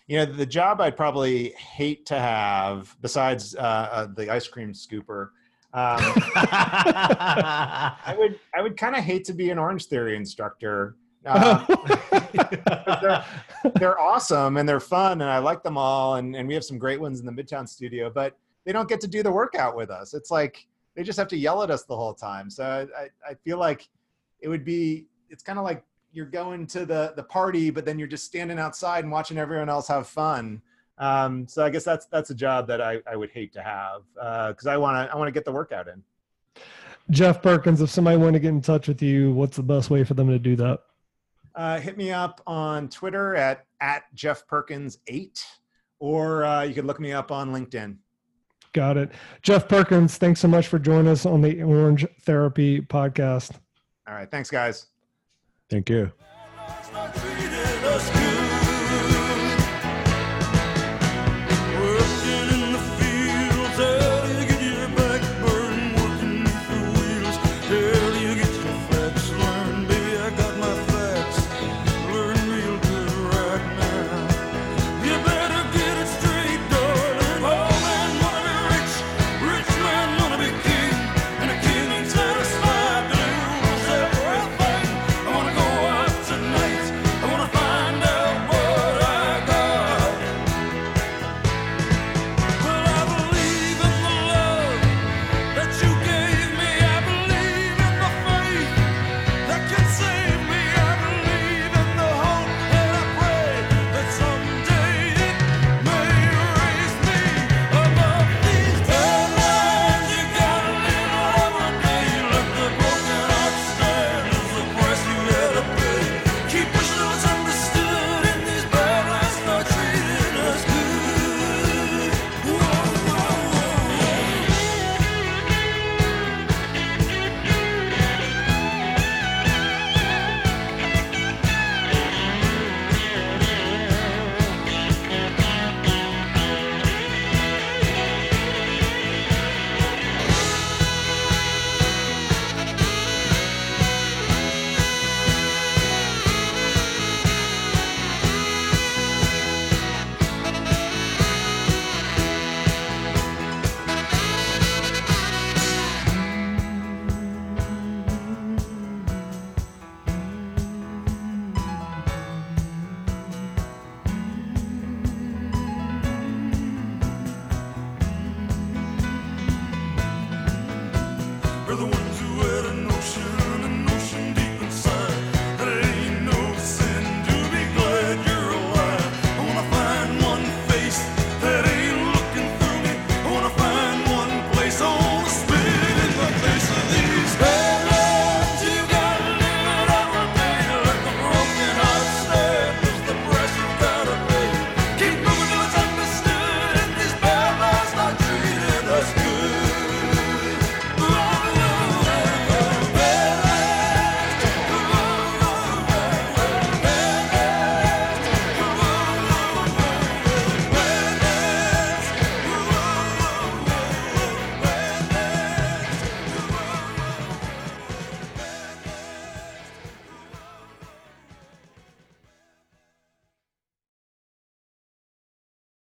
F: You know, the job I'd probably hate to have, besides uh, uh, the ice cream scooper, um, I would I would kind of hate to be an Orange Theory instructor. Um, they're, they're awesome and they're fun and I like them all and, and we have some great ones in the Midtown studio, but they don't get to do the workout with us. It's like they just have to yell at us the whole time. So I, I, I feel like it would be it's kind of like you're going to the the party, but then you're just standing outside and watching everyone else have fun. Um, so I guess that's that's a job that I, I would hate to have because I want to I want to get the workout in.
D: Jeff Perkins, if somebody wanted to get in touch with you, what's the best way for them to do that?
F: Uh, hit me up on Twitter at at Jeff Perkins eight, or uh, you can look me up on LinkedIn.
D: Got it. Jeff Perkins, thanks so much for joining us on the Orange Therapy podcast.
F: All right, thanks guys.
B: Thank you.